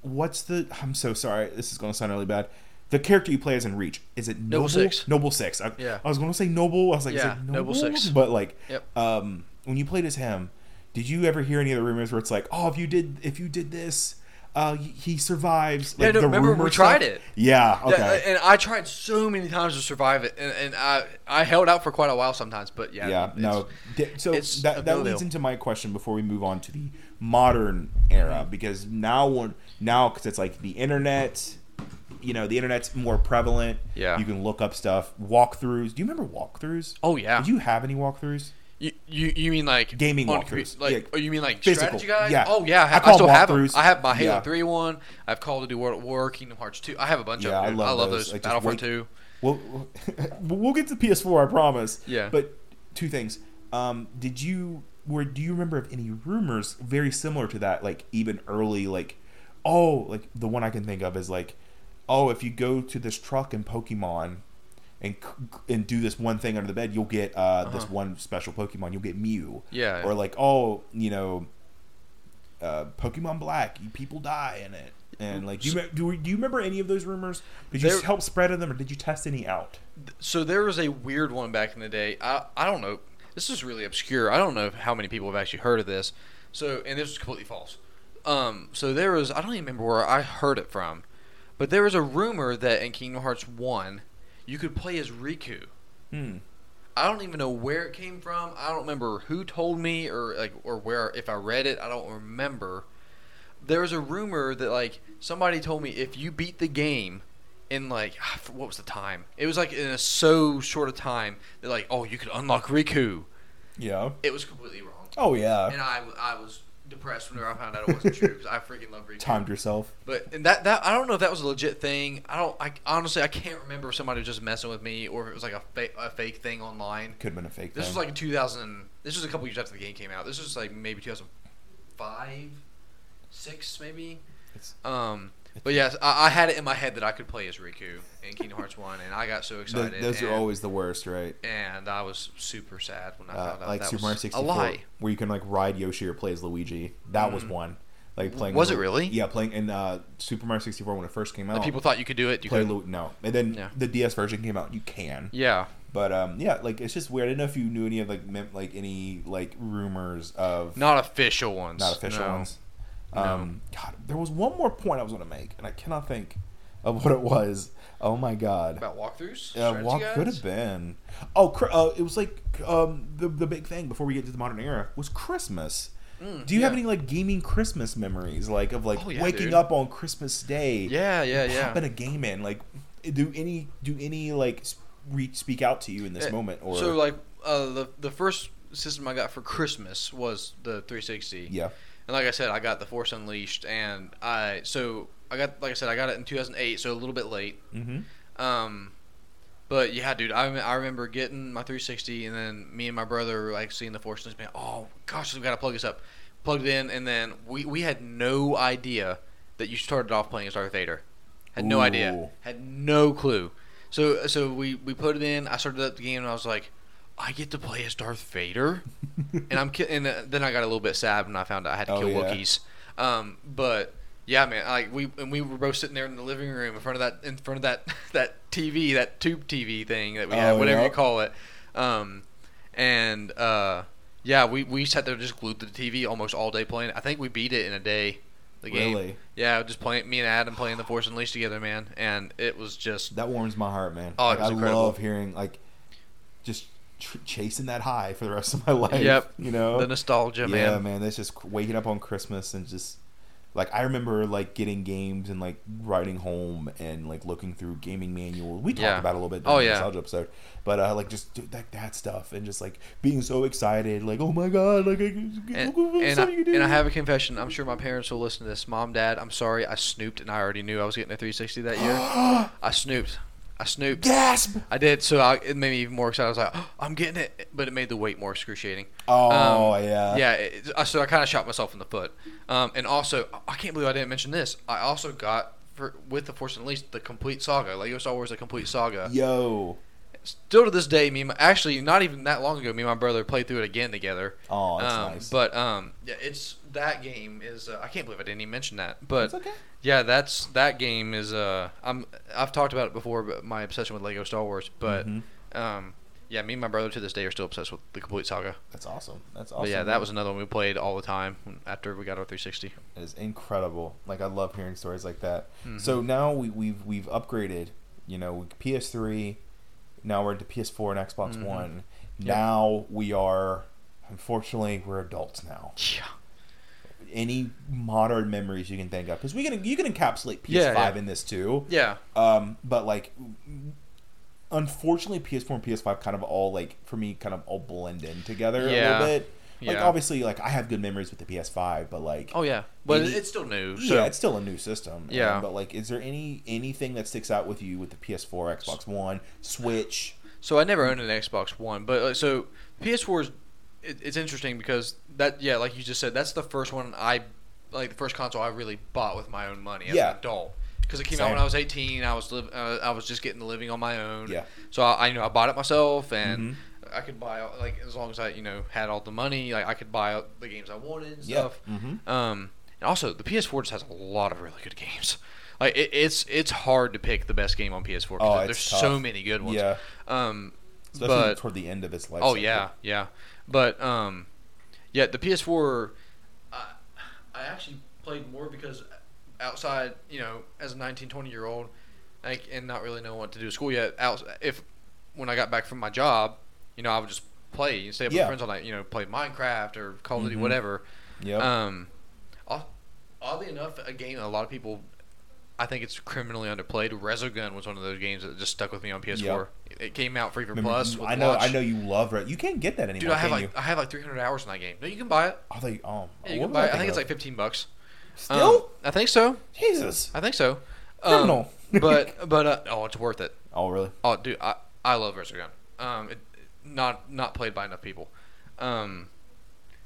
S1: what's the I'm so sorry this is gonna sound really bad. The character you play as in Reach is it Noble,
S2: Six.
S1: Noble Six. I,
S2: Yeah.
S1: I was gonna say Noble. I was like, is it
S2: Yeah, Noble Six.
S1: but like,
S2: Yep.
S1: um, when you played as him, did you ever hear any of the rumors where it's like, oh, if you did, if you did this, uh, y- he survives?
S2: Yeah,
S1: Like,
S2: no,
S1: the
S2: remember we
S1: rumor
S2: tried
S1: stuff?
S2: it.
S1: Yeah. Okay.
S2: Yeah, and I tried so many times to survive it, and, and I I held out for quite a while sometimes. But yeah,
S1: yeah.
S2: it's-
S1: No. Di- So
S2: it's a
S1: that that
S2: no
S1: leads
S2: deal.
S1: into my question before we move on to the modern
S2: Mm-hmm.
S1: era because now one now because it's like the internet. You know, the internet's more prevalent.
S2: Yeah.
S1: You can look up stuff. Walkthroughs. Do you remember walkthroughs?
S2: Oh yeah.
S1: Did you have any walkthroughs?
S2: You, you you mean like
S1: Gaming
S2: on-
S1: walkthroughs.
S2: Like
S1: Yeah.
S2: oh, you mean like
S1: Physical.
S2: strategy guide?
S1: Yeah.
S2: Oh yeah, I,
S1: I
S2: have, I,
S1: call
S2: still have 'em.
S1: walkthroughs.
S2: I have my Halo
S1: Yeah.
S2: Three one. I've Call of Duty World at War, Kingdom Hearts two. I have a bunch
S1: Yeah,
S2: of
S1: I
S2: them. dude.
S1: love
S2: I love
S1: those.
S2: those.
S1: Like, just
S2: Battlefront
S1: wait-
S2: two.
S1: We'll, (laughs) we'll get to PS4, I promise.
S2: Yeah.
S1: But two things. Um, did you were do you remember of any rumors very similar to that? Like even early, like oh, like the one I can think of is like oh, if you go to this truck in Pokemon and c- and do this one thing under the bed, you'll get uh, this
S2: Uh-huh.
S1: one special Pokemon. You'll get Mew.
S2: Yeah.
S1: Or like oh, you know, uh, Pokemon Black, you- people die in it. And like, do you, me- do, do you remember any of those rumors? Did you
S2: There-
S1: help spread them, or did you test any out?
S2: So there was a weird one back in the day. I I don't know. This is really obscure. I don't know how many people have actually heard of this. So and this is completely false. Um, so there was I don't even remember where I heard it from, But there was a rumor that in Kingdom Hearts 1, you could play as Riku.
S1: Hmm.
S2: I don't even know where it came from. I don't remember who told me or like or where if I read it, I don't remember. There was a rumor that like somebody told me if you beat the game in like (sighs) I f- what was the time? It was like in a so short a time that like oh you could unlock Riku.
S1: Yeah.
S2: It was completely wrong.
S1: Oh yeah.
S2: And I, w- I was depressed whenever I found out it wasn't true because I freaking love Riku.
S1: Timed yourself.
S2: But and that that I don't know if that was a legit thing. I don't. I honestly I can't remember if somebody was just messing with me or if it was like a, fa- a fake thing online.
S1: Could have been a fake.
S2: This
S1: thing.
S2: was like in 2000. This was a couple years after the game came out. This was like maybe 2005, six maybe.
S1: It's-
S2: Um, but yes, I, I had it in my head that I could play as Riku in Kingdom Hearts One, and I got so
S1: Th-
S2: excited.
S1: those
S2: and,
S1: are always the worst, right?
S2: And I was super sad when I
S1: Uh,
S2: found out
S1: like
S2: that
S1: Super
S2: was
S1: Mario
S2: a
S1: 64,
S2: lie. Mm.
S1: where you can like ride Yoshi or play as Luigi. That was one. Like playing.
S2: Was it really?
S1: Yeah, playing in uh, Super Mario 64 when it first came out.
S2: Like, people thought you could do it. You
S1: play
S2: could.
S1: Lu- no, and then
S2: Yeah.
S1: the DS version came out. You can,
S2: Yeah.
S1: but um, yeah, like it's just weird. I didn't know if you knew any of like mem- like any like rumors of
S2: Not official ones.
S1: not official
S2: no.
S1: ones. Um, God, there was one more point I was going to make, and I cannot think of what it was. Oh my God.
S2: About walkthroughs?
S1: Uh,
S2: Strategy
S1: what could
S2: guides?
S1: have been? Oh, cr- uh, it was like um, the the big thing before we get to the modern era was Christmas. Do you have
S2: Mm, yeah.
S1: any like gaming Christmas memories, like of like
S2: Oh, yeah,
S1: waking
S2: dude.
S1: up on Christmas Day?
S2: Yeah, yeah, yeah.
S1: Popping a game in, like do any do any like s- re- speak out to you in this
S2: Yeah.
S1: moment or
S2: Eh, So like uh, the the first system I got for Christmas was the 360.
S1: yeah
S2: And like I said, I got the Force Unleashed, and I so I got like I said, I got it in 2008, so a little bit late.
S1: mm-hmm.
S2: Um, but yeah, dude, I, rem- I remember getting my 360, and then me and my brother were like seeing the Force Unleashed, man, oh gosh, we gotta plug this up, plugged in, and then we we had no idea that you started off playing as Darth Vader, had no
S1: Ooh.
S2: idea, had no clue. So so we we put it in. I started up the game, and I was like. I get to play as Darth
S1: (laughs)
S2: Vader, and I'm ki- and uh, then I got a little bit sad when I found out I had to
S1: Oh,
S2: kill
S1: yeah.
S2: Wookiees. Um, but yeah, man, like we and we were both sitting there in the living room in front of that in front of that (laughs) that TV, that tube TV thing that we
S1: Oh,
S2: had, whatever
S1: yeah.
S2: you call it. Um, and uh, yeah, we we sat there just glued to the TV almost all day playing. I think we beat it in a day. The game.
S1: Really?
S2: Yeah, just playing me and Adam playing the Force Unleashed together, man, and it was just
S1: that warms my heart, man.
S2: Oh, it
S1: Like,
S2: was
S1: I
S2: incredible.
S1: love hearing like just tr- chasing that high for the rest of my (laughs) life.
S2: Yep.
S1: you know
S2: the nostalgia,
S1: yeah,
S2: man.
S1: man. That's just c- waking up on Christmas and just like I remember like getting games and like riding home and like looking through gaming manuals. We talked
S2: Yeah.
S1: about it a little bit
S2: Oh,
S1: during the
S2: yeah.
S1: nostalgia episode, but uh, like just dude, that that stuff and just like being so excited, like oh my god, like I,
S2: And,
S1: look what
S2: and, I,
S1: something you did.
S2: and I have a confession. I'm sure my parents will listen to this. Mom, Dad, I'm sorry. I snooped, and I already knew I was getting a 360 that year. I snooped. I snooped.
S1: (gasps) gasp.
S2: I did, so I, it made me even more excited. I was like, "Oh, I'm getting it, but it made the wait more excruciating.
S1: Oh
S2: Um,
S1: yeah,
S2: yeah. It, I- so I kind of shot myself in the foot. Um, and also, I can't believe I didn't mention this. I also got for with the Force Unleashed the complete saga, Lego Star Wars: The Complete Saga.
S1: Yo,
S2: Still to this day, me and my, actually not even that long ago, me and my brother played through it again together.
S1: oh, that's
S2: um,
S1: nice.
S2: But um, yeah, it's that game is uh, I can't believe I didn't even mention that. But
S1: it's okay.
S2: yeah, that's that game is uh I'm I've talked about it before, but my obsession with Lego Star Wars, but
S1: Mhm.
S2: um yeah, me and my brother to this day are still obsessed with the complete saga.
S1: That's awesome. That's awesome.
S2: But yeah,
S1: man.
S2: that was another one we played all the time when- after we got our 360.
S1: is incredible. Like I love hearing stories like that.
S2: Mm-hmm.
S1: So now we, we've we've upgraded. You know, PS3. Now we're into PS4 and Xbox
S2: Mhm.
S1: One.
S2: Yep.
S1: Now we are. Unfortunately, we're adults now.
S2: Yeah.
S1: Any modern memories you can think of, because we can you can encapsulate PS5
S2: Yeah, yeah.
S1: in this too.
S2: Yeah.
S1: Um, but like, unfortunately, PS4 and PS5 kind of all like for me kind of all blend in together a
S2: Yeah.
S1: little bit. Like
S2: Yeah.
S1: obviously, like I have good memories with the PS5, but like
S2: Oh yeah. But
S1: Any-
S2: it's still new. So
S1: yeah, it's still a new system.
S2: Yeah.
S1: Um, but like, is there any anything that sticks out with you with the PS4, Xbox One, Switch?
S2: So I never owned an Xbox One, but uh, so PS4 is it, it's interesting because that yeah, like you just said, that's the first one I like the first console I really bought with my own money as
S1: Yeah.
S2: an adult. Because it came out
S1: Same.
S2: when I was 18, I was live, uh, I was just getting the living on my own.
S1: Yeah. Mm-hmm.
S2: So I, I you know I bought it myself, and I could buy all- like as long as I you know had all the money, like I could buy all the games I wanted and
S1: Yeah.
S2: stuff.
S1: Mhm.
S2: Um, and also the PS4 just has a lot of really good games. Like it, it's it's hard to pick the best game on
S1: Oh,
S2: PS4 because
S1: it's
S2: there's
S1: tough.
S2: so many good ones.
S1: Yeah,
S2: Um,
S1: especially
S2: but
S1: toward the end of its life.
S2: oh
S1: cycle.
S2: yeah, yeah. But um, yeah, the PS4, I, I actually played more because outside, you know, as a 19, 20 year old, like, and not really knowing what to do at school yet. Out if when I got back from my job, you know, I would just play and stay up
S1: Yeah.
S2: with friends all night. You know, play Minecraft or Call of Duty,
S1: Mhm.
S2: whatever.
S1: Yep.
S2: Um, odd- oddly enough, a game a lot of people, I think it's criminally underplayed. Resogun was one of those games that just stuck with me on PS4. It- It came out free for
S1: Remember,
S2: plus.
S1: you-
S2: with
S1: I know. I
S2: launch.
S1: know you love Red. You can't get that anymore.
S2: Dude, I have
S1: can
S2: like
S1: you?
S2: I have like 300 hours in that game. No, you can buy it.
S1: I think. Um,
S2: Yeah, you
S1: what
S2: can
S1: was
S2: buy it. I think
S1: thinking
S2: it's
S1: of?
S2: like 15 bucks. Um,
S1: still
S2: I think so.
S1: Jesus.
S2: I think so.
S1: Criminal.
S2: Um, (laughs) but but uh, oh, it's worth it.
S1: Oh really?
S2: Oh, dude, I, I love Resogun. Um, it, not not played by enough people. Um,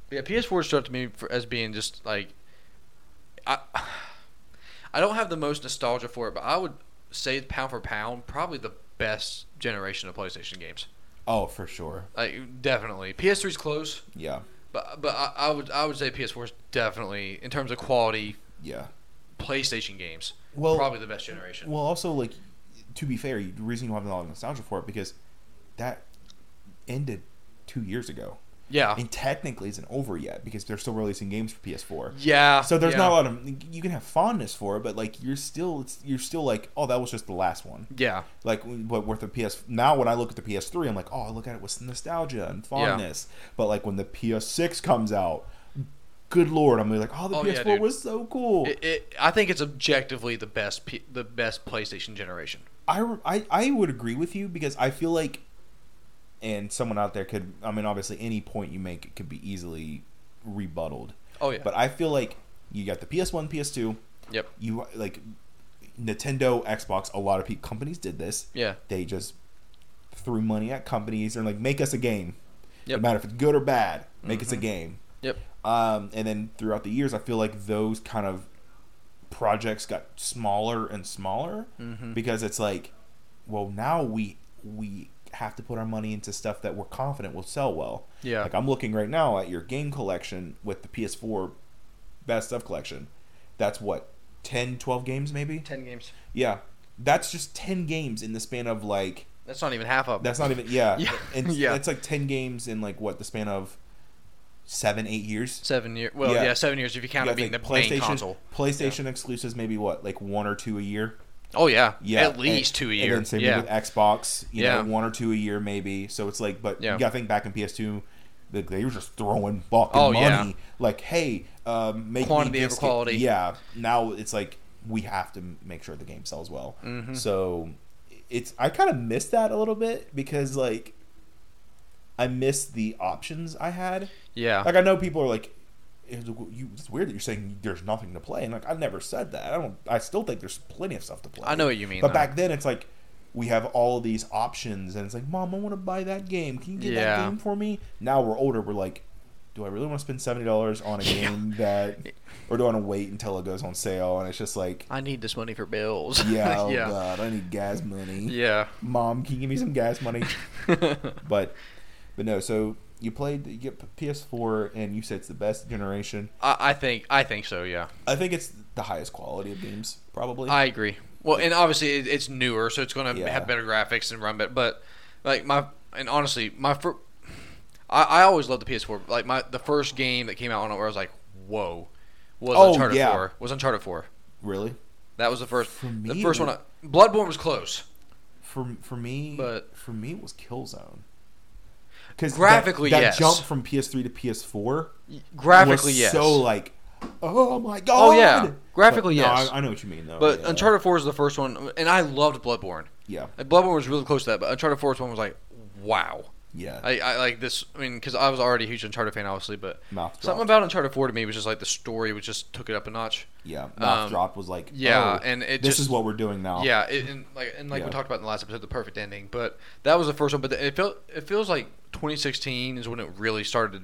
S2: but yeah, PS4 stood out to me for, as being just like, I I don't have the most nostalgia for it, but I would say pound for pound, probably the best generation of PlayStation games.
S1: Oh for sure.
S2: Like definitely, PS3's close,
S1: Yeah.
S2: but but I, I would I would say PS4's definitely in terms of quality
S1: Yeah.
S2: PlayStation games,
S1: Well-
S2: probably the best generation.
S1: Well, also like, to be fair, you- the reason you don't have a lot of nostalgia for it because that ended two years ago,
S2: yeah,
S1: and technically isn't over yet because they're still releasing games for PS4.
S2: yeah.
S1: So there's
S2: Ah, yeah.
S1: not a lot of you can have fondness for it, but like you're still it's, you're still like oh that was just the last one.
S2: Yeah,
S1: Like what worth of PS now when I look at the PS3 I'm like oh I look at it with nostalgia and fondness, but like when the PS6 comes out, good lord I'm gonna be like oh the
S2: Oh, yeah,
S1: PS4
S2: dude.
S1: was so cool.
S2: It, it, I think it's objectively the best P, the best PlayStation generation.
S1: I, I I would agree with you because I feel like, and someone out there could I mean obviously any point you make could be easily rebutted,
S2: Oh yeah.
S1: but I feel like you got the PS1 PS2
S2: yep.
S1: you like Nintendo, Xbox, a lot of pe- companies did this.
S2: Yeah.
S1: They just threw money at companies and like make us a game.
S2: Yep. Mm-hmm.
S1: No matter if it's good or bad, make us a game.
S2: Yep.
S1: Um, and then throughout the years, I feel like those kind of projects got smaller and smaller
S2: Mm-hmm.
S1: because it's like, well, now we we have to put our money into stuff that we're confident will sell well.
S2: Yeah.
S1: Like I'm looking right now at your game collection with the PS4 best of collection. That's what 10, 12 games maybe.
S2: Ten games.
S1: Yeah, that's just ten games in the span of like
S2: That's not even half of.
S1: that's not even yeah.
S2: (laughs) Yeah.
S1: It's,
S2: Yeah.
S1: That's like ten games in like what the span of seven eight years.
S2: seven years. Well,
S1: Yeah.
S2: yeah. seven years if you count
S1: You
S2: it
S1: got,
S2: being the
S1: like,
S2: main console.
S1: PlayStation exclusives maybe what like one or two a year.
S2: Oh yeah.
S1: Yeah,
S2: At least
S1: and,
S2: two a
S1: And
S2: year.
S1: then same
S2: yeah.
S1: with Xbox, you
S2: Yeah.
S1: know, one or two a year maybe. So it's like, but
S2: Yeah.
S1: you gotta think back in PS2, they, they were just throwing fucking
S2: Oh,
S1: money.
S2: yeah.
S1: Like, hey, um, make me
S2: Quantity over
S1: this ga-
S2: quality.
S1: Yeah. Now it's like we have to make sure the game sells well.
S2: Mm-hmm.
S1: So it's I kind of miss that a little bit because like I miss the options I had.
S2: yeah.
S1: Like I know people are like, it's, you, it's weird that you're saying there's nothing to play, and like I never said that. I don't. I still think there's plenty of stuff to play.
S2: I know what you mean.
S1: But
S2: though.
S1: back then, it's like we have all of these options, and it's like, Mom, I want to buy that game. Can you get that
S2: Yeah.
S1: game for me? Now we're older. We're like, do I really want to spend seventy dollars on a
S2: (laughs) Yeah.
S1: game that, or do I want to wait until it goes on sale? And it's just
S2: (laughs)
S1: like,
S2: I need this money for bills.
S1: yeah, oh
S2: (laughs) yeah.
S1: god, I need gas money.
S2: Yeah.
S1: Mom, can you give me some gas
S2: (laughs)
S1: money? but, but no. So you played, you get PS4, and you said it's the best generation.
S2: I, I think I think so. Yeah.
S1: I think it's the highest quality of games, probably.
S2: I agree. Well, and obviously it, it's newer, so it's going to
S1: Yeah.
S2: have better graphics and run better. But like my and honestly, my fir- I, I always loved the PS4. Like my the first game that came out on it, where I was like, whoa, was
S1: Oh,
S2: Uncharted
S1: yeah.
S2: Four. Was Uncharted Four.
S1: really.
S2: That was the first.
S1: For
S2: the
S1: me,
S2: first
S1: it
S2: one. I, Bloodborne was close.
S1: For for me,
S2: But-
S1: for me, it was Killzone. Because
S2: Graphically,
S1: that, that
S2: yes.
S1: jump from PS3 to PS4
S2: Graphically,
S1: was
S2: yes.
S1: so like, oh my god.
S2: yeah. Graphically,
S1: But, no,
S2: yes.
S1: I, I know what you mean though.
S2: but
S1: yeah.
S2: Uncharted Four is the first one, and I loved Bloodborne.
S1: Yeah,
S2: Like, Bloodborne was really close to that, but Uncharted Four's one was like, wow.
S1: yeah.
S2: I, I like this. I mean, because I was already a huge Uncharted fan, obviously, but
S1: Mouth
S2: something
S1: dropped.
S2: about Uncharted Four to me was just like the story, which just took it up a notch.
S1: yeah, mouth
S2: um,
S1: drop was like,
S2: yeah,
S1: oh,
S2: and it
S1: this
S2: just-
S1: is what we're doing now.
S2: Yeah, it, and like and like
S1: Yeah.
S2: we talked about in the last episode, the perfect ending. But that was the first one. But it felt it feels like 2016 is when it really started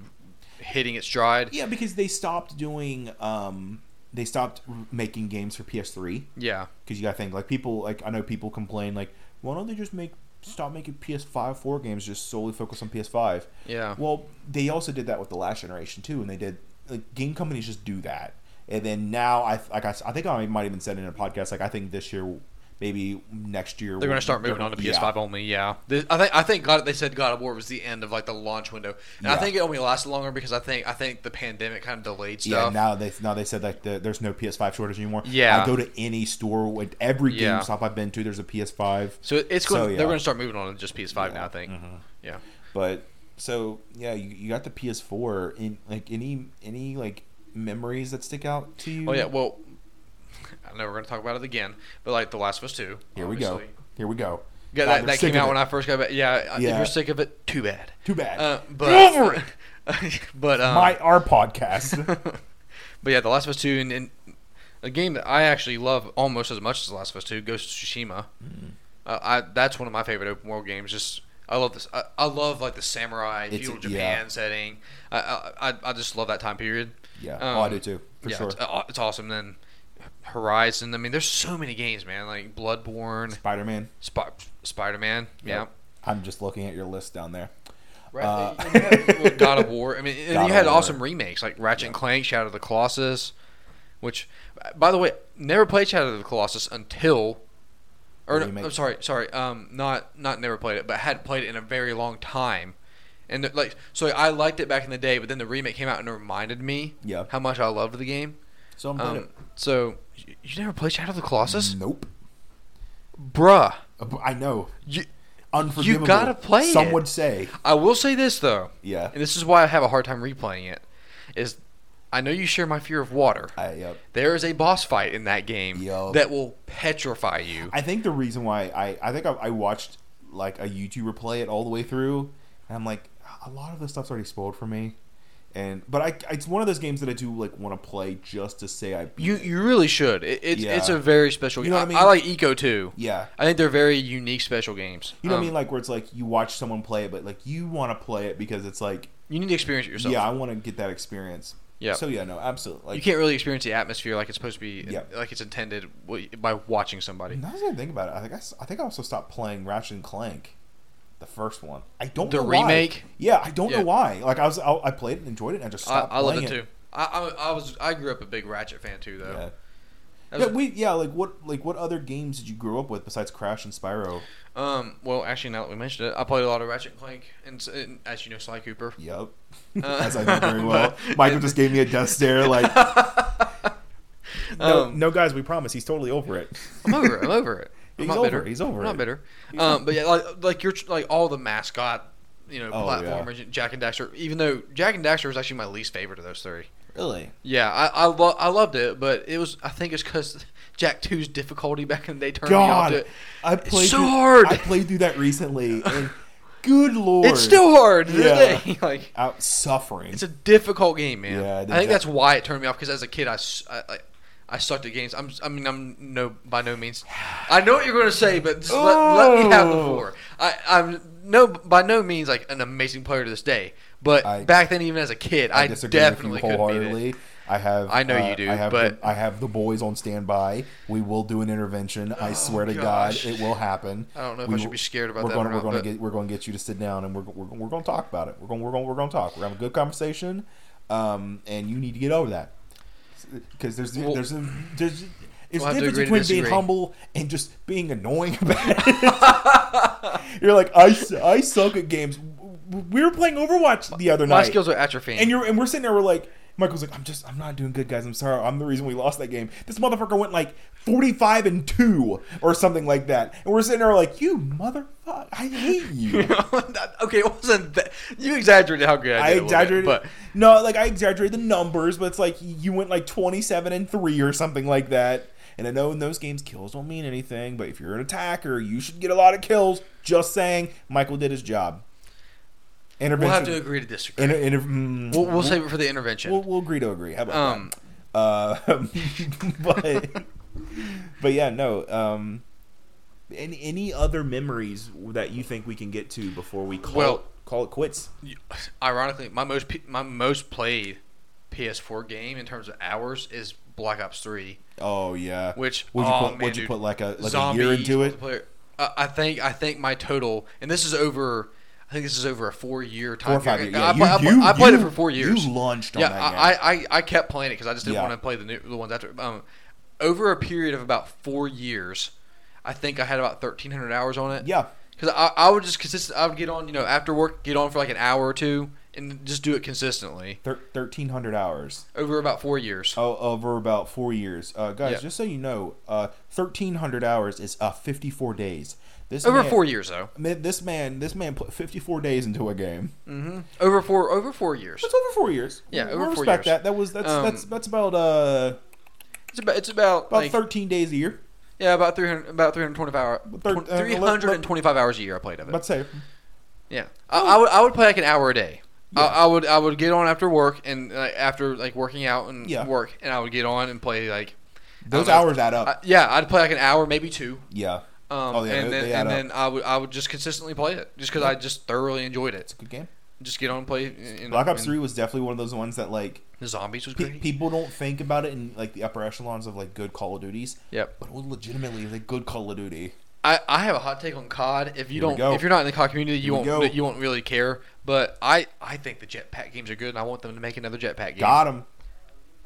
S2: hitting its stride.
S1: yeah, because they stopped doing, um, they stopped r- making games for PS3.
S2: Yeah,
S1: because you gotta think like people like I know people complain like why don't they just make stop making PS5 four games just solely focus on PS5.
S2: Yeah.
S1: Well, they also did that with the last generation too, and they did like game companies just do that, and then now I like I, s- I think I might even said in a podcast like I think this year maybe next year
S2: They're
S1: we'll-
S2: going to start moving on to
S1: yeah.
S2: PS5 only, yeah. The- I think I think God, they said God of War was the end of like the launch window, and I
S1: Yeah.
S2: think it only lasted longer because I think I think the pandemic kind of delayed
S1: Yeah,
S2: stuff.
S1: now they now they said like the, there's no PS5 shortage anymore.
S2: Yeah.
S1: I go to any store with every
S2: Yeah.
S1: GameStop I've been to. There's a PS5,
S2: so it's
S1: So,
S2: going.
S1: yeah.
S2: They're going to start moving on to just
S1: Yeah.
S2: PS5 now.
S1: Mm-hmm.
S2: I think. Yeah.
S1: but so yeah, you, you got the PS4. In like any any like memories that stick out to you?
S2: Oh yeah. Well, (laughs) I know we're going to talk about it again, but like The Last of Us Two.
S1: Here we go.
S2: obviously.
S1: Here we go.
S2: Yeah,
S1: God,
S2: that,
S1: they're
S2: that
S1: sick
S2: came
S1: of
S2: out
S1: it.
S2: when I first got back. Yeah, uh, If
S1: Yeah.
S2: you're sick of it, too bad.
S1: Too bad.
S2: Uh, but
S1: Get over it.
S2: (laughs) but um,
S1: My our
S2: (laughs)
S1: podcast. (laughs)
S2: but yeah, The Last of Us Two and, and a game that I actually love almost as much as The Last of Us Two, Ghost of Tsushima.
S1: Mm-hmm.
S2: Uh, I that's one of my favorite open world games. Just I love this. I, I love like the samurai
S1: It's-
S2: feudal
S1: yeah.
S2: Japan setting. I, I I- I just love that time period.
S1: yeah,
S2: Um,
S1: oh, I do too. For
S2: yeah,
S1: sure.
S2: it's, uh, it's awesome. Then Horizon. I mean, there's so many games, man. Like Bloodborne,
S1: Spider Man.
S2: Sp- Spider Man. Yeah.
S1: I'm just looking at your list down there.
S2: Ra- (laughs)
S1: Uh,
S2: you had God of War. I mean, and
S1: God
S2: you
S1: of
S2: had
S1: War.
S2: awesome remakes like Ratchet and Clank, Shadow of the Colossus, which, by the way, never played Shadow of the Colossus until, or no,
S1: Remake.
S2: I'm sorry, sorry, um, not not never played it, but had played it in a very long time, and the- like so I liked it back in the day, but then the remake came out and it reminded me
S1: Yeah.
S2: how much I loved the game.
S1: So I'm
S2: Um, so you, you never played Shadow of the Colossus,
S1: Nope.
S2: bruh?
S1: I know.
S2: You,
S1: Unforgivable.
S2: gotta play
S1: Some
S2: it.
S1: would say.
S2: I will say this though.
S1: Yeah.
S2: And this is why I have a hard time replaying it. Is I know you share my fear of water.
S1: I, uh, yep.
S2: There is a boss fight in that game
S1: Yup.
S2: that will petrify you.
S1: I think the reason why I I think I, I watched like a YouTuber play it all the way through, and I'm like, a lot of this stuff's already spoiled for me, and but I it's one of those games that I do like want to play just to say I beat
S2: you
S1: it.
S2: you really should. It, it's
S1: Yeah.
S2: it's a very special
S1: You
S2: game.
S1: know
S2: I,
S1: what I mean?
S2: I like Eco too.
S1: yeah.
S2: I think they're very unique special games.
S1: You know what
S2: Um,
S1: I mean? Like where it's like you watch someone play it, but like you want to play it because it's like
S2: You need to experience it yourself.
S1: yeah, I want to get that experience.
S2: Yeah.
S1: So yeah, no, absolutely.
S2: you
S1: Like,
S2: can't really experience the atmosphere like it's supposed to be,
S1: Yep.
S2: like it's intended w- by watching somebody.
S1: Now that I think about it, I think I, s- I think I also stopped playing Ratchet and Clank, the first one. I don't
S2: The
S1: know why.
S2: remake?
S1: Yeah, I don't
S2: Yeah.
S1: know why. Like I was, I, I played it, and enjoyed it, and I just
S2: I,
S1: stopped
S2: I love
S1: playing
S2: it, too. I, I I was I grew up a big Ratchet fan too though.
S1: Yeah.
S2: That
S1: yeah,
S2: was-
S1: we yeah like what like what other games did you grow up with besides Crash and Spyro?
S2: Um. Well, actually, now that we mentioned it, I played a lot of Ratchet and Clank, and, s- and as you know, Sly Cooper.
S1: Yep,
S2: Uh,
S1: (laughs) as I know very well.
S2: but-
S1: Michael just gave me a death stare.
S2: (laughs)
S1: Like, no,
S2: Um,
S1: no, guys, we promise he's totally over
S2: (laughs)
S1: it.
S2: I'm over it. I'm
S1: (laughs)
S2: over it. I'm
S1: He's
S2: not
S1: over
S2: bitter.
S1: it, he's over
S2: I'm
S1: it.
S2: Not bitter. Um. But yeah, like like you're tr- like all the mascot, you know,
S1: Oh, yeah.
S2: platformers, Jack and Daxter. Even though Jack and Daxter was actually my least favorite of those three.
S1: really?
S2: Yeah, I I, lo- I loved it, but it was I think it's because (laughs) Jack 2's difficulty back in the day turned me off to
S1: God,
S2: it.
S1: I played
S2: so
S1: through-
S2: hard.
S1: I played through that recently, and good lord,
S2: It's still hard. to this
S1: Yeah.
S2: (laughs) day. like
S1: out suffering.
S2: It's a difficult game,
S1: Yeah,
S2: man. I
S1: the
S2: think
S1: Jack-
S2: that's why it turned me off because as a kid, I, s- I- I- I sucked at games. I'm, I mean, I'm no by no means. I know what you're going to say, but just let, let me have the
S1: Oh.
S2: floor. I, I'm no by no means like an amazing player to this day, but
S1: I-
S2: back then, even as a kid, I,
S1: disagree with
S2: definitely
S1: you
S2: could beat it.
S1: wholeheartedly. I have. uh,
S2: I know you do,
S1: I have
S2: but-
S1: the, I have the boys on standby. We will do an intervention. I swear to
S2: Oh, gosh.
S1: God, it will happen.
S2: I don't know if
S1: we
S2: I should
S1: will-
S2: be scared about
S1: we're
S2: that
S1: Gonna,
S2: or
S1: we're
S2: not,
S1: going
S2: but-
S1: to get. We're going to get you to sit down, and we're we're, we're going to talk about it. We're going. We're going. We're going to talk. We're having a good conversation, um, and you need to get over that because there's
S2: Well-
S1: there's a, there's. It's
S2: We'll have to
S1: difference
S2: agree to
S1: between being
S2: disagree.
S1: humble and just being annoying (laughs) about it. (laughs) You're like, I, su- I suck at games. W- w- We were playing Overwatch the other
S2: My
S1: night.
S2: skills are atrophying. (laughs)
S1: And you're and we're sitting there, we're like, Michael's like, I'm just, I'm not doing good, guys. I'm sorry. I'm the reason we lost that game. This motherfucker went like 45 and two or something like that. And we're sitting there like, you motherfucker, I hate you.
S2: okay, it wasn't that. You exaggerated how good (laughs) I
S1: I
S2: did. a little bit,
S1: exaggerated.
S2: but
S1: No, like I exaggerated the numbers, but it's like you went like 27 and three or something like that. And I know in those games, kills don't mean anything, but if you're an attacker, you should get a lot of kills. Just saying, Michael did his job.
S2: we'll have
S1: Intervention.
S2: to agree to disagree.
S1: Inter- inter- mm,
S2: we'll, we'll save it for the intervention.
S1: We'll, we'll agree to agree. How about
S2: Um,
S1: that? Uh, (laughs) but but yeah, no. Um, any any other memories that you think we can get to before we call
S2: Well-
S1: call it quits?
S2: ironically, my most p- my most played PS4 game in terms of hours is Black Ops 3,
S1: Oh yeah.
S2: which
S1: would you
S2: oh,
S1: put?
S2: man,
S1: would you
S2: dude,
S1: put like a like
S2: zombies,
S1: a year into it?
S2: multiplayer- I, I think I think my total, and this is over. I think this is over a four year
S1: Four
S2: time
S1: or five years.
S2: period.
S1: Yeah,
S2: I, I,
S1: you, you,
S2: I played it
S1: you-
S2: for four years.
S1: You launched on
S2: yeah,
S1: that game.
S2: I, I I kept playing it because I just didn't
S1: Yeah.
S2: want to play the new the ones after. Um, over a period of about four years, I think I had about 1,300 hours on it.
S1: Yeah.
S2: Because I, I would just consistent. I would get on, you know, after work, get on for like an hour or two, and just do it consistently
S1: Thir- 1300 hours
S2: over about four years.
S1: o- over about four years uh, guys
S2: Yeah.
S1: just so you know uh, 1300 hours is uh, 54 days this
S2: Over
S1: man,
S2: four years, though.
S1: man, this man this man put 54 days into a game
S2: hmm Over four. Over four years.
S1: Mm-hmm. that's over four years
S2: Yeah,
S1: We
S2: over four
S1: respect
S2: years.
S1: that that was that's
S2: Um,
S1: that's that's about uh
S2: It's about. It's about.
S1: about
S2: like,
S1: 13 days a year
S2: yeah, about 300. About 325 hour.
S1: Thir- uh, let-
S2: three hundred and twenty-five hours a year uh, I played of it.
S1: about to say
S2: Yeah, I, I would I would play like an hour a day.
S1: Yeah.
S2: I, I would I would get on after work and like, after like working out and
S1: Yeah.
S2: work, and I would get on and play like
S1: those
S2: I don't know.
S1: hours add up
S2: I, yeah, I'd play like an hour maybe two.
S1: yeah
S2: Um,
S1: Oh, yeah,
S2: and
S1: they-
S2: then
S1: they add
S2: and
S1: up.
S2: then I would I would just consistently play it just because I just thoroughly enjoyed it.
S1: good game
S2: Just get on and play. And,
S1: black ops
S2: and
S1: 3 was definitely one of those ones that like
S2: The zombies was
S1: pe-
S2: great.
S1: people don't think about it in like the upper echelons of like good call of duties
S2: Yep.
S1: but it was legitimately a good call of duty
S2: I, I have a hot take on COD. If you
S1: Here we
S2: don't
S1: go.
S2: if you're not in the COD community, you
S1: Here we
S2: won't
S1: go.
S2: you won't really care. But I, I think the jetpack games are good, and I want them to make another jetpack game.
S1: got him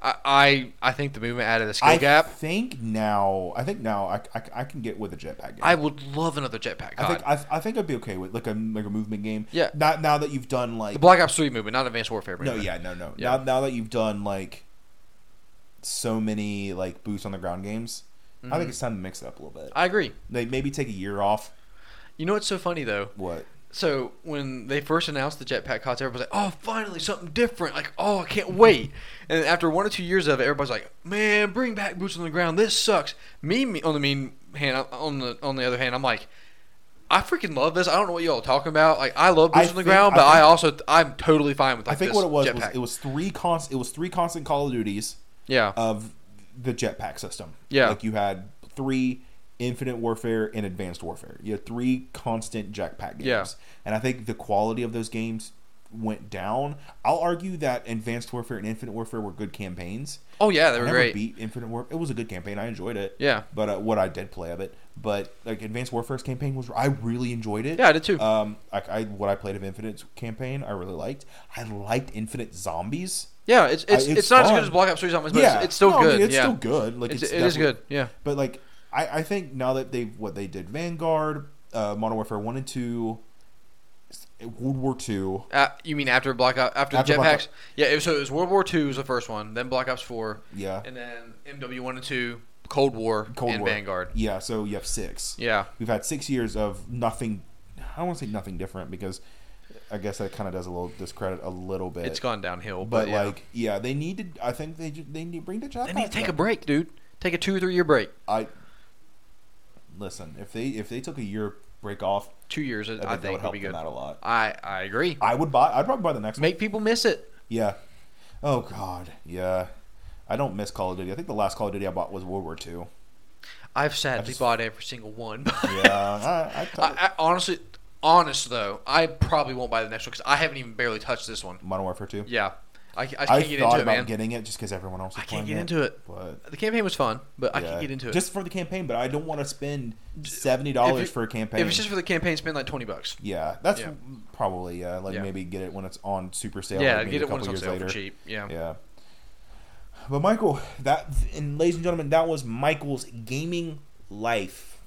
S2: I, I I think the movement added a skill
S1: I
S2: gap.
S1: think now. I think now I, I, I can get with a jetpack game.
S2: I would love another jetpack.
S1: I
S2: God.
S1: think I, I think I'd be okay with like a like a movement game.
S2: Yeah.
S1: Not now that you've done like
S2: the Black Ops Three movement, not Advanced Warfare.
S1: no
S2: movement.
S1: yeah no no
S2: Yeah.
S1: now now that you've done like so many like boots on the ground games. I think it's time to mix it up a little bit.
S2: Mm-hmm. I agree.
S1: They maybe take a year off.
S2: You know what's so funny though?
S1: What?
S2: So when they first announced the jetpack CODs, everybody's like, "Oh, finally something different!" Like, "Oh, I can't wait!" And then after one or two years of it, everybody's like, "Man, bring back boots on the ground. This sucks." Me, me on the mean hand, uh, on the on the other hand, I'm like. I freaking love this. I don't know what y'all are talking about. Like, I love
S1: I
S2: boots on the
S1: think-
S2: ground,
S1: I
S2: but I,
S1: think-
S2: also I'm totally fine with. Like,
S1: I think
S2: this
S1: what it was was
S2: jetpack.
S1: it was uh, three const it was three constant Call of Duties
S2: yeah,
S1: of the jetpack system.
S2: Yeah.
S1: Like you had three Infinite Warfare and Advanced Warfare. You had three constant jetpack games.
S2: Yeah.
S1: And I think the quality of those games went down. I'll argue that Advanced Warfare and Infinite Warfare were good campaigns.
S2: oh yeah,
S1: I
S2: they were
S1: never
S2: great.
S1: beat Infinite Warfare. It was a good campaign. I enjoyed it.
S2: Yeah.
S1: But uh, what I did play of it, but like Advanced Warfare's campaign was, I really enjoyed it.
S2: Yeah, I did too.
S1: Um, like I what I played of Infinite's campaign, I really liked. I liked Infinite Zombies.
S2: yeah, it's it's,
S1: I-
S2: it's,
S1: it's
S2: not as
S1: fun.
S2: good as Black Ops Three Zombies, but it's, it's still
S1: No, I
S2: good.
S1: mean, it's
S2: yeah,
S1: still good. Like
S2: it's,
S1: it's,
S2: it is
S1: definitely-
S2: good. Yeah.
S1: But like I, I think now that they've what they did Vanguard, uh, Modern Warfare One and Two, s- World War Two.
S2: Uh, you mean after Black Ops, after, the
S1: After Black
S2: jetpacks? Yeah. It was, so it was World War Two was the first one, then Black Ops Four,
S1: Yeah,
S2: and then MW One and Two, Cold War,
S1: Cold
S2: and
S1: War.
S2: Vanguard.
S1: yeah. So you have six.
S2: Yeah.
S1: We've had six years of nothing. I don't want to say nothing different because I guess that kind of does a little discredit a little bit.
S2: it's gone downhill.
S1: but
S2: But, yeah.
S1: like, yeah, they need to. I think they ju- they need to bring the job.
S2: they need to take a break, dude. Take a two or three year break.
S1: I listen if they if they took a year break off,
S2: Two years, I
S1: I
S2: think,
S1: think, that would
S2: would
S1: help
S2: be good.
S1: them out a lot.
S2: I I agree.
S1: I would buy. I'd probably buy the next one.
S2: Make people miss it.
S1: Yeah. Oh God. Yeah. I don't miss Call of Duty. I think the last Call of Duty I bought was World War
S2: (laughs)
S1: II.
S2: I've sadly
S1: just-
S2: bought every single one. (laughs)
S1: Yeah. I, I
S2: I,
S1: thought
S2: I honestly, honest though, I probably won't buy the next one because I haven't even barely touched this one.
S1: Modern Warfare 2.
S2: Yeah, I, I just can't
S1: I
S2: get
S1: thought
S2: into it,
S1: about
S2: man.
S1: getting it just because everyone else. Was
S2: I
S1: playing
S2: can't get into it.
S1: But
S2: The campaign was fun, but I
S1: yeah.
S2: can't get into it.
S1: just for the campaign. But I don't want to spend seventy dollars
S2: you-
S1: for a campaign.
S2: If it's just for the campaign, spend like twenty bucks.
S1: yeah, that's
S2: Yeah.
S1: probably yeah. Like
S2: Yeah.
S1: maybe get it when it's on super sale.
S2: yeah,
S1: like, maybe
S2: get
S1: a
S2: it when it's
S1: couple
S2: on
S1: years
S2: sale
S1: later.
S2: for cheap. Yeah.
S1: Yeah. But Michael, that and ladies and gentlemen, that was Michael's gaming life.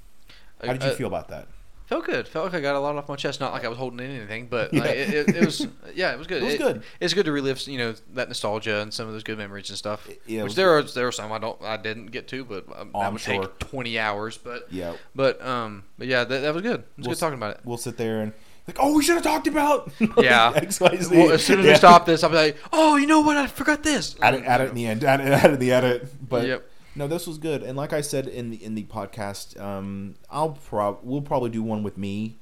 S1: How did you
S2: Uh,
S1: feel about that?
S2: Felt good. Felt like I got a lot off my chest. Not like I was holding in anything, but
S1: Yeah.
S2: like, it, it, it was. Yeah, it was good.
S1: It was good.
S2: It's good to relive, you know, that nostalgia and some of those good memories and stuff.
S1: Yeah, it
S2: which
S1: was-
S2: there are there are some I don't I didn't get to, but um, that
S1: I'm
S2: would
S1: sure.
S2: take twenty hours. But
S1: Yeah,
S2: but um but yeah, that, that was good. It was
S1: We'll
S2: good
S1: s- (laughs)
S2: talking about it.
S1: we'll sit there and like, oh, we should have talked about
S2: Yeah.
S1: (laughs) X, Y, Z.
S2: Well, as soon as
S1: Yeah.
S2: we stop this, I'll be like, oh, you know what? I forgot this.
S1: add it, add it in the end, (laughs) add it, add it in the edit. But
S2: Yep.
S1: no, this was good. And like I said in the in the podcast, um, I'll prob we'll probably do one with me.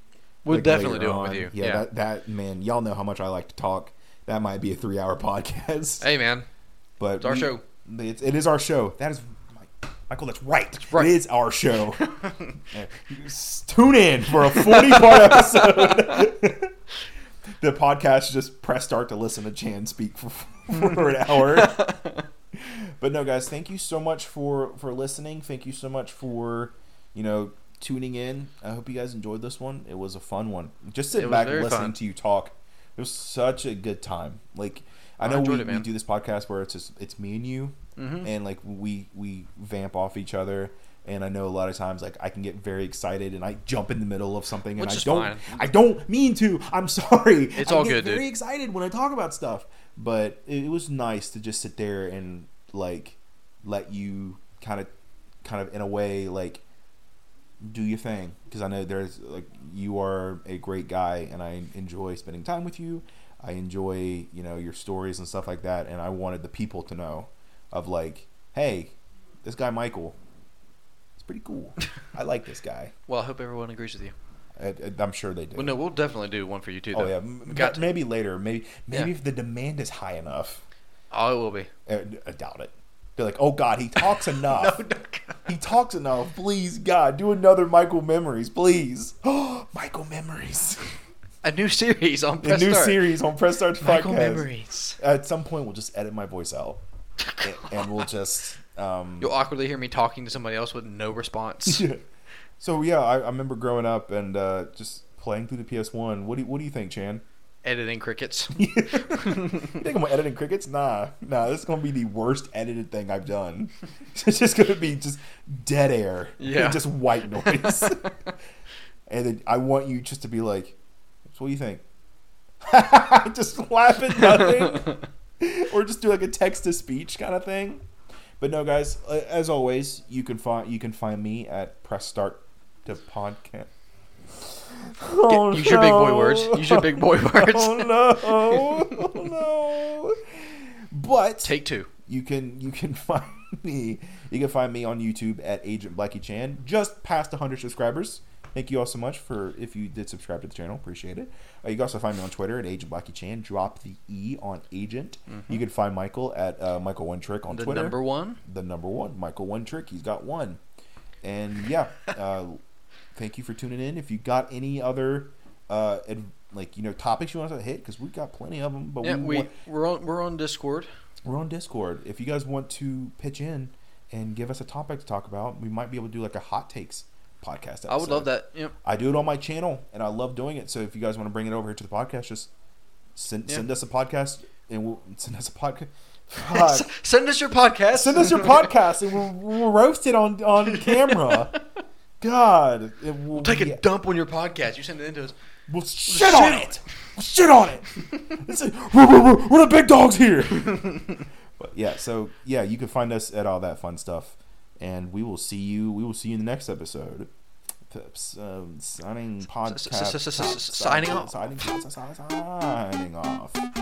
S2: We'll
S1: like,
S2: definitely
S1: later
S2: do one with you.
S1: Yeah,
S2: Yeah.
S1: That, that man, y'all know how much I like to talk. That might be a three hour (laughs) podcast,
S2: Hey man,
S1: but
S2: it's our show.
S1: It's, it is our show. That is. Michael, that's right.
S2: right.
S1: It is our show. (laughs) Yeah. Tune in for a 40
S2: (laughs)
S1: part episode. (laughs) the podcast just press start to listen to Chan speak for, (laughs) for an
S2: (laughs)
S1: hour. but no, guys, thank you so much for for listening. Thank you so much for you know tuning in. I hope you guys enjoyed this one. It was a fun one. Just
S2: It
S1: sitting
S2: was
S1: back and
S2: very
S1: listening
S2: fun.
S1: to you talk. It was such a good time. Like I
S2: Oh, I
S1: know we,
S2: enjoyed it,
S1: we
S2: man.
S1: do this podcast where it's just it's me and you,
S2: Mhm.
S1: and like we we vamp off each other And I know a lot of times, like I can get very excited and I jump in the middle of something, and
S2: Which
S1: I
S2: is
S1: don't,
S2: fine.
S1: I don't mean to. I'm sorry.
S2: It's
S1: I
S2: all
S1: get
S2: good, dude.
S1: Very excited when I talk about stuff, but it, it was nice to just sit there and like let you kind of, kind of in a way like do your thing because I know there's like you are a great guy and I enjoy spending time with you. I enjoy you know your stories and stuff like that, and I wanted the people to know of like, hey, this guy Michael, it's pretty
S2: (laughs)
S1: cool. I like this guy.
S2: Well, I hope everyone agrees with you.
S1: I, I- I'm sure they do.
S2: Well, no, we'll definitely do one for you too. Though.
S1: oh yeah, M-
S2: Got
S1: m-
S2: to.
S1: maybe later. Maybe maybe
S2: Yeah.
S1: if the demand is high enough,
S2: Oh, it will be.
S1: Uh, I doubt it. They're like, oh God, he
S2: (laughs)
S1: talks enough.
S2: no,
S1: He talks enough. Please, God, do another Michael Memories, please. (gasps) Michael
S2: (laughs)
S1: Memories.
S2: A new series on
S1: A
S2: Press
S1: new
S2: Start.
S1: series on Press Start
S2: Michael
S1: Podcast.
S2: Memories.
S1: At some point, we'll just edit my voice
S2: (laughs)
S1: out, and, and we'll just. Um,
S2: You'll awkwardly hear me talking to somebody else with
S1: (laughs)
S2: no response.
S1: so yeah, I, I remember growing up and uh, just playing through the PS One. What do you, What do you think, Chan? (laughs)
S2: Editing crickets.
S1: You think I'm editing crickets? Nah, nah. This is gonna be the worst edited thing I've done. (laughs) It's just gonna be just dead air.
S2: Yeah.
S1: And just white noise. (laughs) and then I want you just to be like, "So what do you think?" (laughs) just laugh at
S2: (laughs)
S1: nothing, (laughs) or just do like a text to speech kind of thing. But no, guys. uh, As always, you can find you can find me at press start to podcast. Oh,
S2: Use your big boy words.
S1: no.
S2: Use your big boy words.
S1: (laughs) Oh no! Oh no! But
S2: (laughs) Take two.
S1: you can you can (laughs) find me you can find me on YouTube at Agent Blackie Chan. Just past 100 subscribers. Thank you all so much for if you did subscribe to the channel. Appreciate it. Uh, you can also find me on Twitter at Agent Blackie Chan. Drop the E on Agent. You can find Michael at uh, Michael One Trick on
S2: Mm-hmm. The
S1: Twitter.
S2: number one.
S1: the number one Michael One Trick. He's got one. And yeah, uh, thank you for tuning in. If you got any other uh, ad- like you know topics you want us to hit because we've got plenty of them, but
S2: Yeah,
S1: we,
S2: we
S1: want-
S2: we're on we're on Discord.
S1: we're on Discord. If you guys want to pitch in and give us a topic to talk about, we might be able to do like a hot takes podcast. Episode.
S2: I would love that. Yep.
S1: I do it on my channel, and I love doing it. So if you guys want to bring it over here to the podcast, just send
S2: Yeah.
S1: send us a podcast, and we'll (laughs) send us a podcast. Fuck.
S2: S- send us your
S1: (laughs)
S2: podcast.
S1: send us your podcast, and we'll, we'll roast it on
S2: (laughs)
S1: on camera. God, it will
S2: We'll (laughs) take a
S1: be-
S2: dump on your podcast. You send it into us.
S1: We'll shit on it. We'll shit on it. This is- we're, we're- we're the big dogs here. (laughs) but yeah, so yeah, you can find us at all that fun stuff, and we will see you. We will see you in the next episode. Pips, um, signing podcast.
S2: s- s- s- signing off.
S1: Signing, signing off.